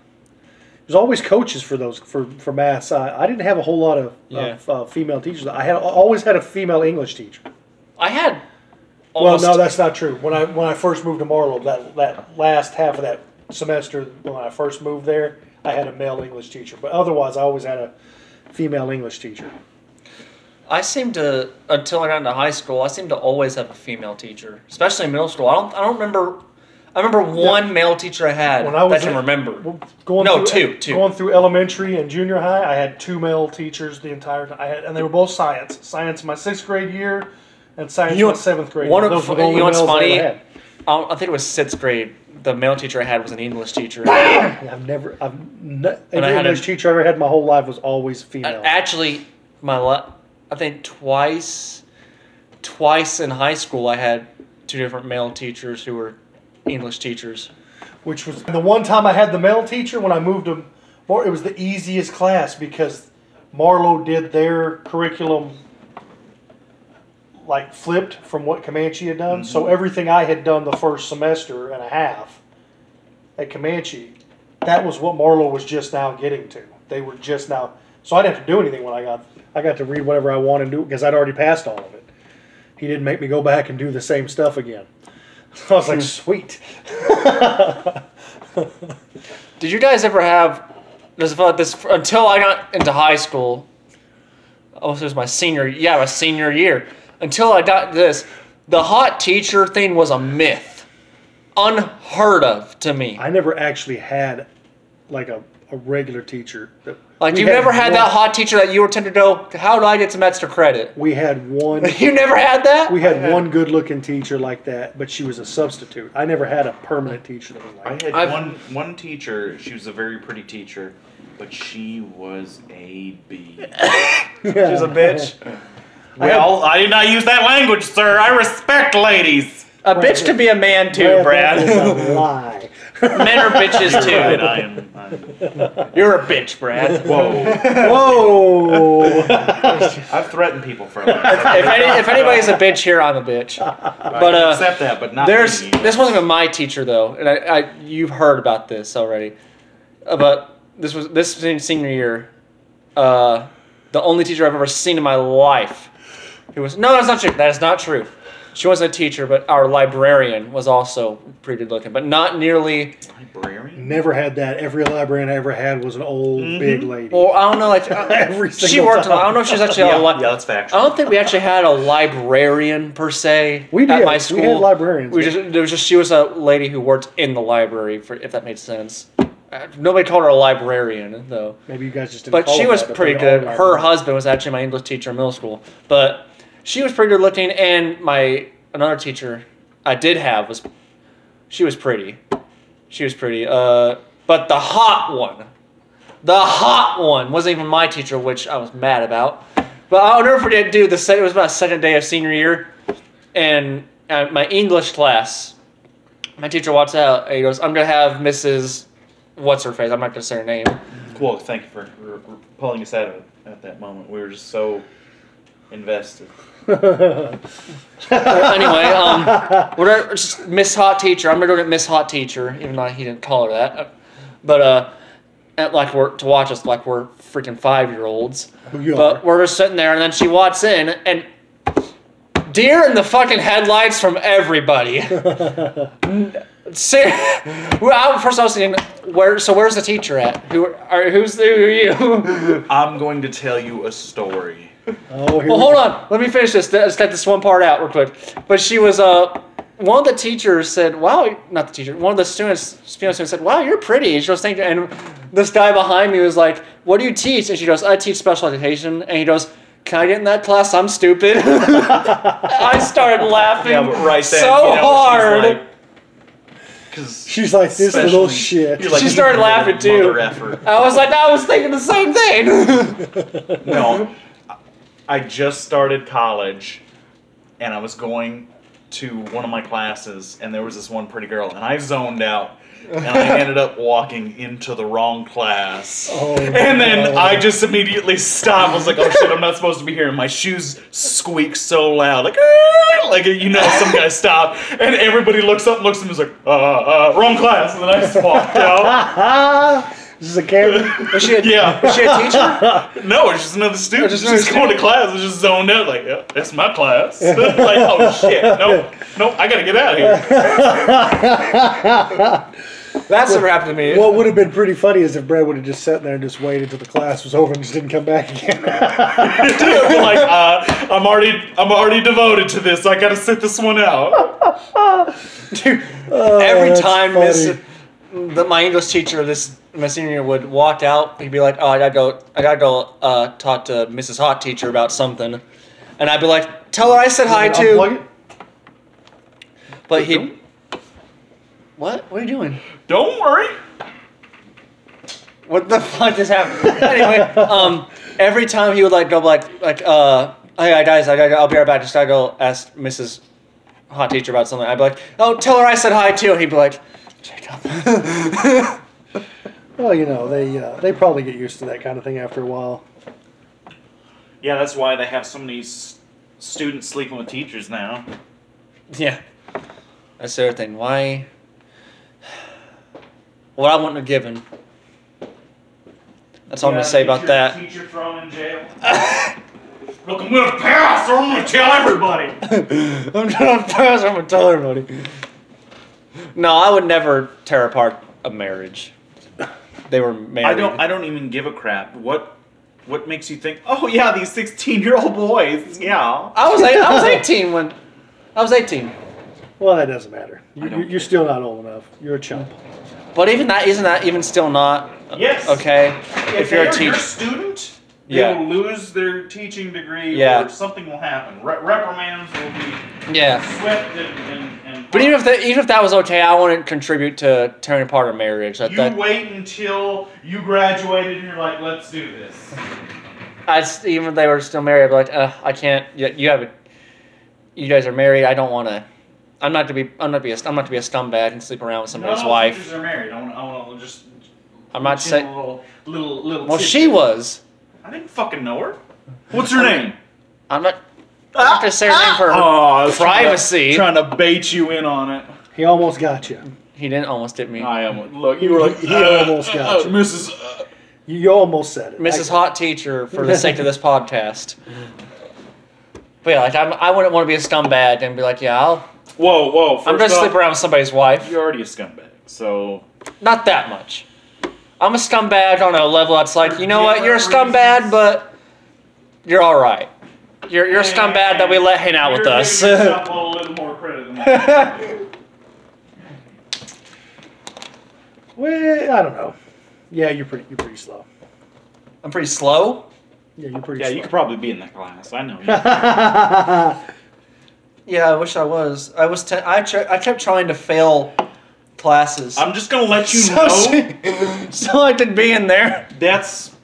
S2: There's always coaches for those for for math. I, I didn't have a whole lot of,
S1: Yeah.
S2: of uh, female teachers. I had I always had a female English teacher.
S1: I had.
S2: Well,
S1: Almost,
S2: no, that's not true. When I when I first moved to Marlow, that that last half of that semester when I first moved there, I had a male English teacher. But otherwise, I always had a female English teacher.
S1: I seem to until I got into high school. I seem to always have a female teacher, especially in middle school. I don't. I don't remember. I remember one male teacher I had
S2: When I was
S1: that I can
S2: in-
S1: remember.
S2: Well, going
S1: No,
S2: through, e-,
S1: two, two.
S2: Going through elementary and junior high, I had two male teachers the entire time. I had, and they were both science. Science my sixth grade year, and science
S1: You know-
S2: my seventh grade.
S1: one
S2: year.
S1: of-
S2: Those were the
S1: you
S2: only
S1: know what's
S2: males I
S1: funny?
S2: ever had.
S1: I, I think it was sixth grade. The male teacher I had was an English teacher.
S2: I've never, I've ne-
S1: And I
S2: every
S1: had
S2: English
S1: a-
S2: teacher I ever had in my whole life was always
S1: I-
S2: female.
S1: actually, my la- I think twice, twice in high school I had two different male teachers who were English teachers.
S2: which was the one time I had the male teacher when I moved to Mar. It was the easiest class because Marlowe did their curriculum like flipped from what Comanche had done. So everything I had done the first semester and a half at Comanche, that was what Marlowe was just now getting to. They were just now. So I didn't have to do anything when I got. I got to read whatever I wanted to do because I'd already passed all of it. He didn't make me go back and do the same stuff again. I was like, sweet.
S1: Did you guys ever have this, uh, this until I got into high school? Oh, so it was my senior. Yeah, my senior year. Until I got this, the hot teacher thing was a myth, unheard of to me.
S2: I never actually had like a, a regular teacher. that-
S1: like
S2: we
S1: you never had
S2: one-
S1: that hot teacher that you were tempted to go. How do I get some extra credit?
S2: We had one.
S1: You never had that.
S2: We had one good-looking teacher like that, but she was a substitute. I never had a permanent teacher that was
S3: I
S2: like. that.
S3: had
S1: I've-
S3: one one teacher. She was a very pretty teacher, but she was a b.
S2: She's a bitch.
S3: Well, I did not use that language, sir. I respect ladies.
S1: a bitch could be a man too, Brad.
S2: lie.
S1: Men are bitches
S3: You're right.
S1: too.
S3: I am. I'm,
S1: You're a bitch, Brad.
S3: whoa!
S2: Whoa!
S3: I've threatened people for a living.
S1: If, any, if anybody's a bitch here, I'm a bitch. But
S3: I
S1: uh,
S3: accept that, but not
S1: There's
S3: me.
S1: this wasn't even my teacher though, and I, I you've heard about this already, Uh, but this was this was in senior year. uh, the only teacher I've ever seen in my life who was no, that's not true. That is not true. She wasn't a teacher, but our librarian was also pretty good looking, but not nearly.
S3: Librarian?
S2: Never had that. Every librarian I ever had was an old big lady.
S1: Mm-hmm. Well, I don't know. Like
S2: Every
S1: she
S2: single
S1: worked. a lot. I
S2: time.
S1: don't know if she's actually
S3: Yeah,
S1: a li-
S3: yeah, that's factual.
S1: I don't think we actually had a librarian per se.
S2: We
S1: at
S2: did.
S1: my
S2: We
S1: school.
S2: had librarians.
S1: We just there was just she was a lady who worked in the library for if that made sense. Uh, Nobody called her a librarian though.
S2: Maybe you guys just didn't.
S1: But
S2: call
S1: she
S2: them
S1: was
S2: that, but
S1: pretty
S2: they're
S1: good.
S2: all
S1: Her
S2: librarians.
S1: husband was actually my English teacher in middle school. But she was pretty good looking, and my another teacher I did have was she was pretty. She was pretty. Uh, but the hot one, the hot one wasn't even my teacher, which I was mad about. But I'll never forget, dude. The se- it was my second day of senior year, and at my English class, my teacher walks out and he goes, "I'm gonna have Mrs. What's her face? I'm not gonna say her name."
S3: Well, thank you for for- for pulling us out of it at that moment. We were just so invested.
S1: anyway, um, whatever, just Miss Hot Teacher. I'm gonna go get Miss Hot Teacher, even though he didn't call her that. But uh, at, like we're to watch us like we're freaking five year olds.
S2: Who you
S1: But
S2: are.
S1: we're just sitting there, and then she walks in, and deer in the fucking headlights from everybody. Ser- well, I, first I was thinking, where? So where's the teacher at? Who are? Who's the, who are you?
S3: I'm going to tell you a story.
S2: Oh, here
S1: Well,
S2: we
S1: hold
S2: go.
S1: on. Let me finish this. Let's cut this one part out real quick. But she was uh, one of the teachers said, "Wow, not the teacher. One of the students, female students said, "Wow, you're pretty." And she was thinking, and this guy behind me was like, "What do you teach?" And she goes, "I teach special education." And he goes. Can I get in that class? I'm stupid. I started laughing
S3: Yeah, but right then,
S1: so hard.
S3: Because
S2: She's like, this little shit.
S1: She started laughing, too. I was like, I was thinking the same thing.
S3: no, I- I just started college, and I was going to one of my classes, and there was this one pretty girl, and I zoned out, and I ended up walking into the wrong class.
S2: Oh,
S3: And then
S2: no.
S3: I just immediately stopped. I was like, "Oh shit, I'm not supposed to be here." And my shoes squeak so loud, like, "Ah!" like you know, some guy stopped, and everybody looks up, and looks at me, is like, "Uh, uh, wrong class." And then I just walked out.
S2: Ah, this is a camera.
S1: was she a,
S3: Yeah.
S1: was she a teacher?
S3: No, it's just another student.
S1: Just
S3: Just,
S1: another
S3: going to class. It's just zoned out. Like, yeah, that's my class. like, oh shit, no, no, I gotta get out of here.
S1: That's what happened to me.
S2: What would have been pretty funny is if Brad would have just sat there and just waited until the class was over and just didn't come back again.
S3: I'm like, uh, I'm already, I'm already devoted to this. I gotta sit this one out.
S1: Dude, every
S2: that's
S1: time Miss,
S2: funny.
S1: the, my English teacher this my senior year would walk out, he'd be like, "Oh, I gotta go, I gotta go uh, talk to Mrs. Hot Teacher about something," and I'd be like, "Tell her I said hi
S2: Unplug
S1: too."
S2: it.
S1: But he, what? What are you doing?
S3: Don't worry.
S1: What the fuck just happened? anyway, um, every time he would like go like like uh, hey guys, I gotta, I'll be right back. Just gotta go ask Mrs. Hot Teacher about something. I'd be like, "Oh, tell her I said hi too," and he'd be like, "Jacob."
S2: Well, you know, they uh, they probably get used to that kind of thing after a while.
S3: Yeah, that's why they have so many s- students sleeping with teachers now.
S1: Yeah. That's the other thing. Why? What I wouldn't have given. That's all I'm going to say about that.
S4: Teacher thrown in jail.
S3: Look, I'm gonna pass, or I'm gonna tell everybody.
S1: I'm going to pass. I'm going to tell everybody. No, I would never tear apart a marriage. They were married.
S3: I don't. I don't even give a crap. What? What makes you think? Oh yeah, these sixteen-year-old boys. Yeah.
S1: I was, eight, I was 18 when. I was 18.
S2: Well, that doesn't matter. You,
S3: don't
S2: you- you're still not old enough. You're a chump.
S1: But even that, isn't that even still not
S4: Yes.
S1: okay?
S4: If,
S1: you're a
S4: they're your
S1: teacher.
S4: student, they
S1: Yeah.
S4: will lose their teaching degree
S1: Yeah.
S4: or something will happen. Re- reprimands will be
S1: Yeah.
S4: swift and. and, and
S1: But even if that, even if that was okay, I wouldn't contribute to tearing apart a marriage. That,
S4: you
S1: that,
S4: wait until you graduated and you're like, let's do this.
S1: I s- even if they were still married, I'd be like, uh, I can't. You, you have a, you guys are married. I don't want to. I'm not to be. I'm not to be. A, I'm not to be a scumbag and sleep around with
S4: Not
S1: somebody's
S4: all
S1: wife.
S4: Teachers are married. I want, I want to just.
S1: I'm not
S4: mention a
S1: saying.
S4: Little, little, little.
S1: Well,
S4: tidbit.
S1: she was.
S3: I didn't fucking know her. What's her name? Oh,
S1: I'm not. I'm not gonna say her name for.
S3: I was trying to-
S1: Privacy.
S3: Trying to, bait you in on it.
S2: He almost got you.
S1: He didn't almost hit me.
S3: I am. Look, you were like,
S2: He almost got you.
S3: Mrs. uh,
S2: You almost said it.
S1: Mrs.
S2: I-
S1: Hot Teacher for the sake of this podcast. But yeah, like I'm, I wouldn't want to be a scumbag and be like, yeah, I'll,
S3: Whoa, whoa. First
S1: I'm gonna
S3: off,
S1: sleep around with somebody's wife.
S3: You're already a scumbag, so
S1: Not that much. I'm a scumbag on a level that's like, you know what, you're a
S3: Different
S1: scumbag,
S3: reasons.
S1: but you're all right. You're you're a scumbag that we let hang out with
S4: You're
S1: us.
S4: giving yourself a little more credit than that.
S2: Well, I don't know. Yeah, you're pretty. You're pretty slow.
S1: I'm pretty slow.
S2: Yeah, you're pretty.
S3: yeah,
S2: slow.
S3: you could probably be in that class. I know. you.
S2: probably.
S1: Yeah, I wish I was. I was. Te- I tr- I kept trying to fail classes.
S3: I'm just gonna let you
S1: so,
S3: know.
S1: she- so I could be in there.
S3: That's.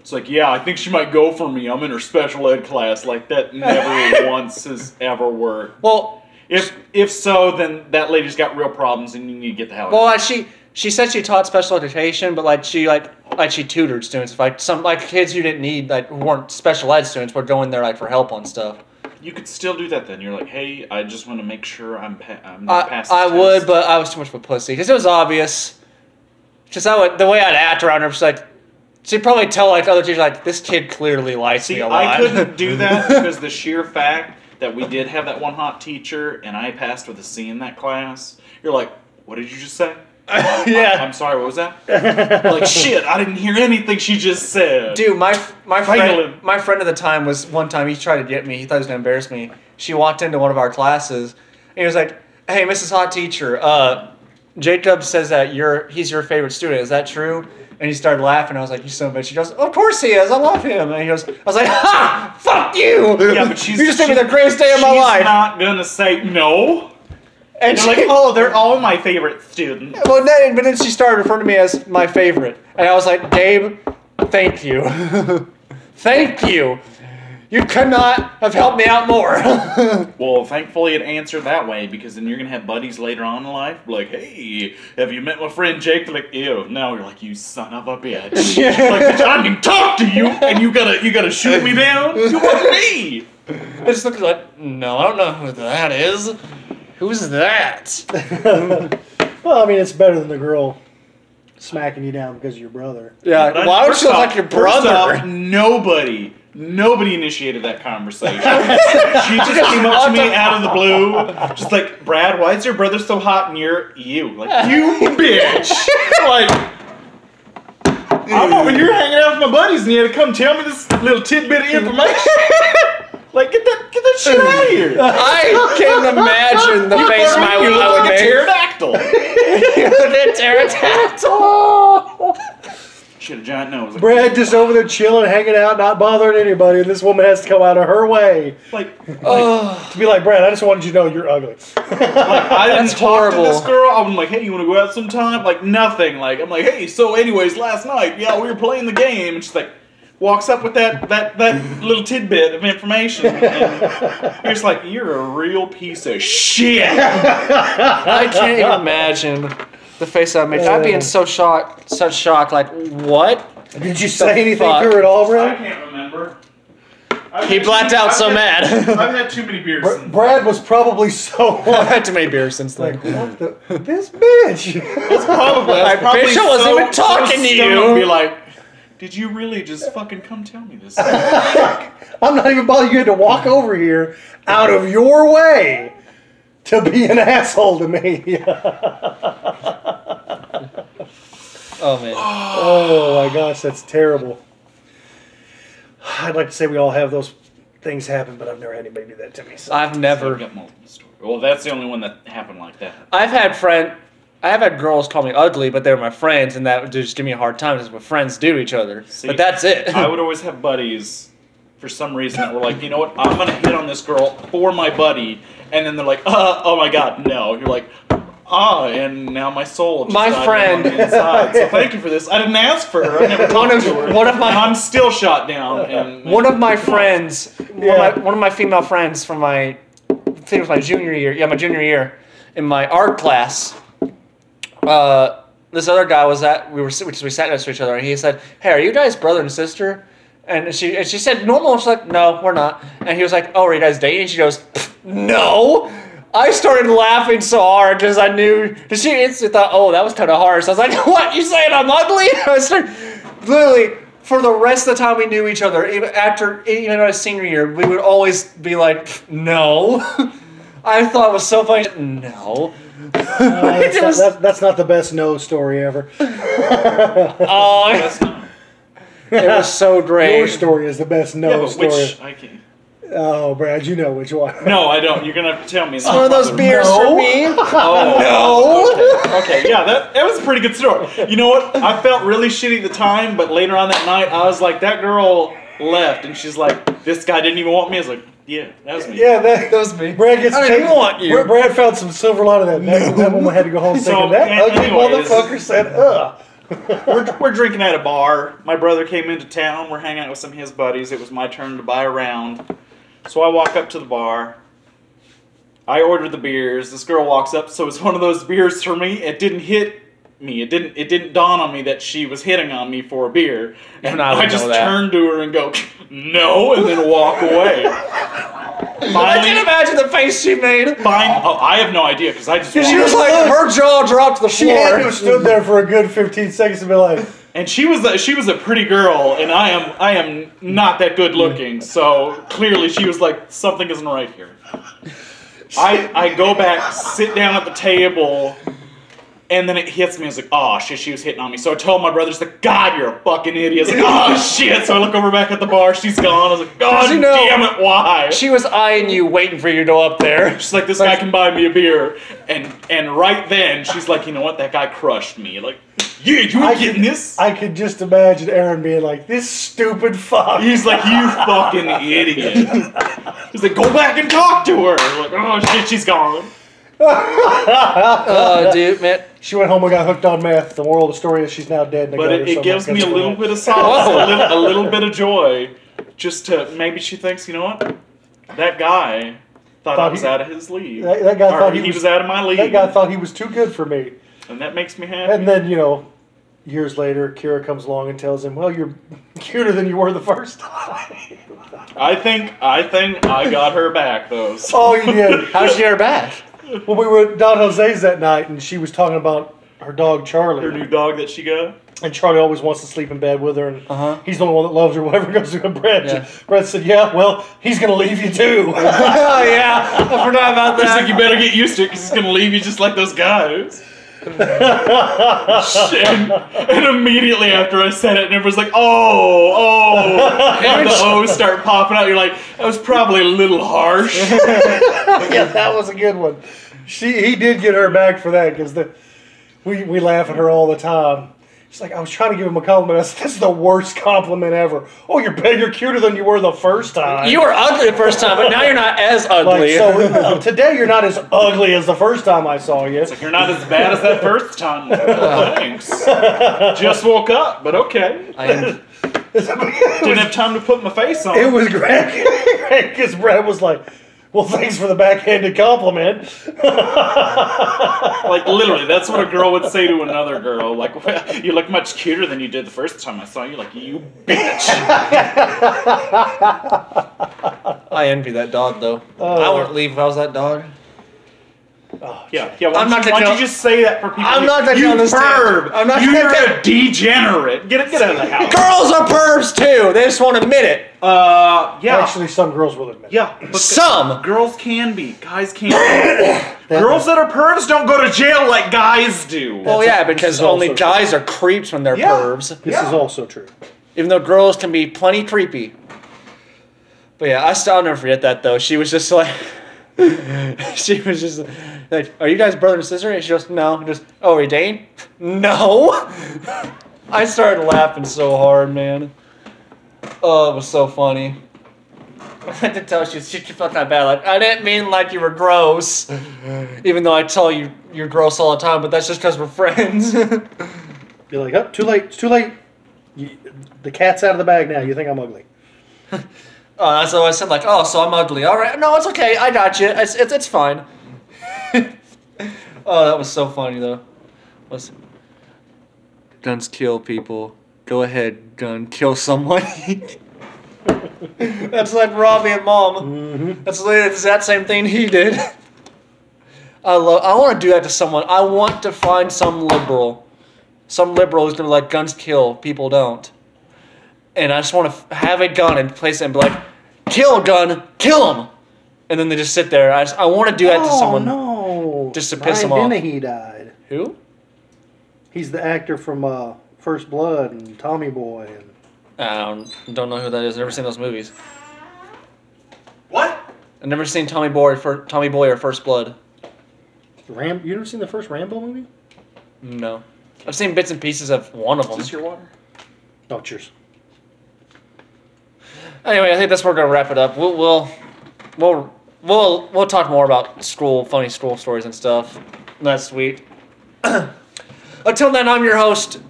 S3: It's like, yeah, I think she might go for me. I'm in her special ed class. Like that never once has ever worked.
S1: Well,
S3: If if so, then that lady's got real problems, and you need to get the hell. out
S1: Well, like, she she said she taught special education, but like she like like she tutored students, like some like kids you didn't need like who weren't special ed students were going there like for help on stuff.
S3: You could still do that then. You're like, hey, I just want to make sure I'm, pa- I'm not
S1: I,
S3: past.
S1: I
S3: this
S1: would,
S3: test."
S1: but I was too much of a pussy because it was obvious. Just I would the way I'd act around her, was like she'd probably tell like other teachers like this kid clearly likes me
S3: see,
S1: a lot.
S3: I couldn't do that because the sheer fact that we did have that one hot teacher and I passed with a C in that class. You're like, what did you just say? I,
S1: yeah,
S3: am sorry. What was that? like shit, I didn't hear anything she just said.
S1: dude, my f- my
S3: Franklin.
S1: friend my friend at the time was one time he tried to get me. He thought he was gonna embarrass me. She walked into one of our classes and he was like, "Hey, Mrs. Hot Teacher, uh, Jacob says that you're he's your favorite student. Is that true?" And he started laughing. I was like, "You son of a bitch!" She goes, "Of course he is. I love him." And he goes, "I was like, ha, fuck you!
S3: Yeah, but she's
S1: you just gave me
S3: she's-
S1: the greatest day of my
S3: she's
S1: life."
S3: not gonna say no.
S1: and
S3: You're
S1: she,
S3: like, oh, they're all my favorite students.
S1: well, then, but then she started referring to me as my favorite, and I was like, "Gabe, thank you, thank you. You could not have helped me out more."
S3: Well, thankfully it answered that way because then you're gonna have buddies later on in life be like, hey, have you met my friend Jake? They're like, ew. Now you're like, you son of a bitch. like, bitch, I didn't talk to you, and you gotta you gotta shoot me down. You want me?
S1: I just looked like, "No, I don't know who that is. Who's that?"
S2: well, I mean, it's better than the girl smacking you down because of your brother.
S1: Yeah,
S3: But I-
S1: why would
S3: first
S1: she look
S3: off-
S1: like your
S3: first off,
S1: brother?
S3: nobody, nobody initiated that conversation. she just came up to me out of the blue, just like, Brad, why is your brother so hot and you're you? Like, you bitch! like, I'm over here hanging out with my buddies and you had to come tell me this little tidbit of information. like, get that, get that shit out of here.
S1: I can't imagine the face my
S3: you
S1: I
S3: look
S1: would
S3: like a
S1: make.
S3: pterodactyl.
S1: The pterodactyl.
S3: she had a giant nose. Like,
S2: Brad just over there chilling, hanging out, not bothering anybody, and this woman has to come out of her way
S3: like, like,
S1: Oh,
S2: to be like, Brad, I just wanted you to know you're ugly.
S3: Like, I didn't
S1: That's
S3: talk to this
S1: horrible.
S3: girl. I'm like, hey, you want to go out sometime? Like nothing. Like I'm like, hey. So, anyways, last night, yeah, we were playing the game, and she's like, walks up with that that that little tidbit of information. And you're just like, you're a real piece of shit.
S1: I can't even imagine the face I would make. I'd be in so shock, such shock. Like, what?
S2: Did you say anything
S1: fuck?
S2: to her at all,
S4: I
S2: Brad?
S4: can't remember. I've
S1: He
S4: had
S1: blacked
S4: too-
S1: out
S4: I've
S1: so
S4: had-
S1: mad.
S4: I've had too many beers.
S2: Br-
S4: since-
S2: Brad was probably so
S1: I've had too many beers since
S2: like,
S1: then.
S2: what the? This bitch.
S3: Probably. I
S1: Like,
S3: probably
S1: bitch, I wasn't even talking to
S3: stoned
S1: you.
S3: Be like. Did you really just fucking come tell me this? Like,
S2: I'm not even bothering you had to walk over here out of your way to be an asshole to me.
S1: Oh man.
S2: Oh my gosh, that's terrible. I'd like to say we all have those things happen, but I've never had anybody do that to me. So.
S1: I've
S3: I've
S1: never.
S3: got multiple stories. Well, that's the only one that happened like that.
S1: I've had friend. I have had girls call me ugly, but they're my friends, and that would just give me a hard time. That's what friends do to each other.
S3: See,
S1: but that's it.
S3: I would always have buddies for some reason that were like, you know what, I'm gonna hit on this girl for my buddy, and then they're like, uh, oh my god, no. You're like, ah, and now my soul. Just
S1: My
S3: died
S1: friend-
S3: on the inside. So thank you for this. I didn't ask for her. I never
S1: one
S3: talked
S1: of
S3: to her.
S1: one of my
S3: I'm still shot down. And
S1: one of my friends, one,
S2: Yeah.
S1: of my, one of my female friends from my, I think it was my junior year. Yeah, my junior year in my art class. Uh, this other guy was at we were sit- which we sat next to each other, and he said, "Hey, are you guys brother and sister?" And she and she said, "Normal." She's like, "No, we're not." And he was like, "Oh, are you guys dating?" And she goes, "Pfft, "No." I started laughing so hard because I knew. Because she instantly thought, "Oh, that was kind of harsh." I was like, "What? You saying I'm ugly?" I started, literally for the rest of the time we knew each other, even after even in our senior year, we would always be like, "No." I thought it was so funny. No.
S2: Uh,
S1: It
S2: that's,
S1: was-
S2: not, that's, that's not the best no story ever.
S1: oh, it was so great.
S2: Your story is the best no
S3: yeah, but
S2: story.
S3: which I can.
S2: Oh, Brad, you know which one.
S3: No, I don't. You're gonna have to tell me.
S1: It's one of those beers for me.
S3: Oh no. Okay. yeah, that that was a pretty good story. You know what? I felt really shitty at the time, but later on that night, I was like, that girl left, and she's like, this guy didn't even want me. I was like, yeah, that was me.
S2: Yeah, that,
S1: That was me.
S2: Brad gets
S1: I
S2: to
S1: didn't
S2: take-
S1: want you.
S2: Brad- Brad found some silver lining that that, that woman had to go home
S3: So,
S2: thinking that
S3: an-
S2: ugly
S3: anyways.
S2: motherfucker said, "Ugh."
S3: we're, we're drinking at a bar. My brother came into town. We're hanging out with some of his buddies. It was my turn to buy a round. So I walk up to the bar. I order the beers. This girl walks up, so it's one of those beers for me. It didn't hit me. It didn't. It didn't dawn on me that she was hitting on me for a beer. And
S1: I would
S3: I, just
S1: know that.
S3: turned to her and go, "No," and then walk away.
S1: I can
S3: Fine.
S1: imagine the face she made.
S3: Fine. Oh, I have no idea because I just.
S1: She
S3: walked
S1: was like, her jaw dropped to the
S2: She had to
S1: floor.
S2: have stood there for a good 15 seconds and been like,
S3: And she was a, she was a pretty girl, and I am I am not that good looking. So clearly, she was like something isn't right here. I I go back, sit down at the table, and then it hits me. I was like, oh shit, she was hitting on me. So I told my brother, he's like, God, you're a fucking idiot. I was like, oh shit. So I look over back at the bar, she's gone. I was like, God
S1: you know-
S3: damn it, why?
S1: She was eyeing you, waiting for you to go up there.
S3: She's like, this guy can buy me a beer, and and right then she's like, you know what, that guy crushed me. Like, yeah, you
S2: I
S3: were
S2: could-
S3: getting this.
S2: I could just imagine Aaron being like, this stupid fuck.
S3: He's like, you fucking idiot. He's like, go back and talk to her. I'm like, oh shit, she's gone.
S1: Oh, dude, man.
S2: She went home and got hooked on meth. The moral of the story is she's now dead. and they
S3: But
S2: got
S3: it,
S2: her
S3: it
S2: some
S3: gives me a
S2: fucking
S3: little
S2: story.
S3: bit of solace,
S2: Oh.
S1: Whoa.
S3: a little, a little bit of joy, just to maybe she thinks, you know what, that guy thought, I
S2: Thought
S3: was
S2: he-
S3: out of his league.
S2: That, that guy
S3: Or
S2: thought
S3: he,
S2: he,
S3: was, out of my league,
S2: That guy thought he was too good for me.
S3: and that makes me happy.
S2: And then you know, years later, Kira comes along and tells him, "Well, you're cuter than you were the first time."
S3: I think I think I got her back though. so-
S2: oh, you did.
S1: How'd she get her back?
S2: Well, we were at Don Jose's that night, and she was talking about her dog
S3: Her
S2: Charlie,
S3: new dog that she got.
S2: and Charlie always wants to sleep in bed with her, and
S1: Uh-huh.
S2: he's the only one that loves her. Whatever goes through Brett,
S1: Yeah.
S2: Brett said, "Yeah, well, he's gonna leave you too."
S1: oh, yeah. I forgot about
S3: He's like, you
S1: that.
S3: better get used to it because it's gonna leave you just like those guys. Shit. and, immediately after I said it, and everyone's like, oh, oh. And the O's start popping out. You're like, that was probably a little harsh.
S2: yeah, that was a good one. She he did get her back for that because the we we laugh at her all the time. She's like, I was trying to give him a compliment. I said, This is the worst compliment ever. Oh, you're better, you're cuter than you were the first time.
S1: You were ugly the first time, but now you're not as
S2: like
S1: ugly.
S2: so uh, today you're not as ugly as the first time I saw you.
S3: You're not as bad as that first time. Well, Thanks. Just woke up, but okay.
S1: I am,
S3: Didn't have time to put my face on.
S2: It was great because Brad was like, Well, thanks for the backhanded compliment.
S3: Like literally, that's what a girl would say to another girl. Like, well, you look much cuter than you did the first time I saw you. Like, you bitch.
S1: I envy that dog, though. I wouldn't leave if I was that dog.
S3: Yeah, yeah. Why
S1: I'm
S3: don't,
S1: not
S3: you,
S1: that
S3: why don't
S1: girl-
S3: you just say that for people?
S1: I'm
S3: You-
S1: not that
S3: you
S1: girl on this
S3: perv.
S1: table. I'm not
S3: You're
S1: that
S3: a degenerate. Get it, get out of the house.
S1: Girls are pervs, too. They just won't admit it.
S3: Uh, yeah,
S2: Actually, some girls will admit. it.
S3: yeah. but
S1: Some.
S3: girls can be, guys can. be. girls that are pervs don't go to jail like guys do.
S1: Well, yeah, because
S2: is also
S1: only
S2: true.
S1: guys are creeps when they're
S3: Yeah.
S1: pervs.
S2: This
S3: Yeah.
S2: is also true.
S1: even though girls can be plenty creepy. But yeah, I still I'll never forget that though. She was just like, she was just like, "Are you guys brother and sister?" And she goes, "No." And just, "Oh, are you Dane?" No. I started laughing so hard, man. Oh, it was so funny. I had to tell she, she felt that bad. Like I didn't mean like you were gross, even though I tell you you're gross all the time. But that's just because we're friends.
S2: You're like, Oh, too late, it's too late. You, the cat's out of the bag now. You think I'm ugly.
S1: Uh, so I said like, oh, so I'm ugly. All right, no, it's okay. I got you. It's it's, it's fine. oh, that was so funny though. Was guns kill people? Go ahead, gun, kill someone. That's like Robbie and Mom.
S2: Mm-hmm.
S1: That's the exact same thing he did. I love. I want to do that to someone. I want to find some liberal, some liberal who's gonna be like guns kill people don't. and I just want to f- have a gun and place it and be like, kill gun, kill him, and then they just sit there. I just, I want to do that to someone.
S2: no.
S1: just to piss
S2: Brian
S1: him off.
S2: Dennehy died.
S1: Who?
S2: He's the actor from uh, First Blood and Tommy Boy. And
S1: I don't, Um, don't know who that is. Never seen those movies.
S4: What?
S1: I've never seen Tommy Boy for Tommy Boy or First Blood.
S2: Ram, you never seen the first Rambo movie?
S1: No, I've seen bits and pieces of one of
S3: Is
S1: them.
S3: this your water?
S2: No, Oh, cheers.
S1: Anyway, I think that's where we're gonna wrap it up. We'll we'll we'll we'll, we'll talk more about school, funny school stories and stuff next week. Until then, I'm your host,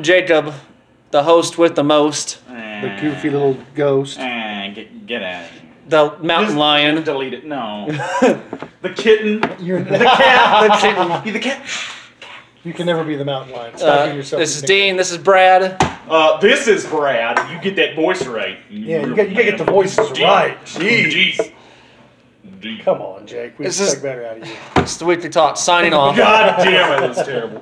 S1: Jacob, the host with the most,
S2: The goofy little ghost.
S3: Ah, Eh, get, get out of here.
S1: the mountain lion.
S3: Delete it. No.
S4: The kitten.
S2: You're,
S4: cat.
S1: Uh,
S4: The cat.
S2: you can never be the mountain lion. Stop giving yourself
S1: this
S2: a
S1: is
S2: nickname.
S1: Dean. This is Brad.
S4: Uh, this is Brad. You get that voice right.
S2: Yeah, you got you got to get the voices
S4: Jeez.
S2: right. Jeez.
S4: Jeez. Jeez.
S2: Come on, Jake. We
S1: This
S2: expect
S1: is-
S2: better out of you.
S1: It's the weekly talk. Signing off.
S4: God damn it, that's terrible.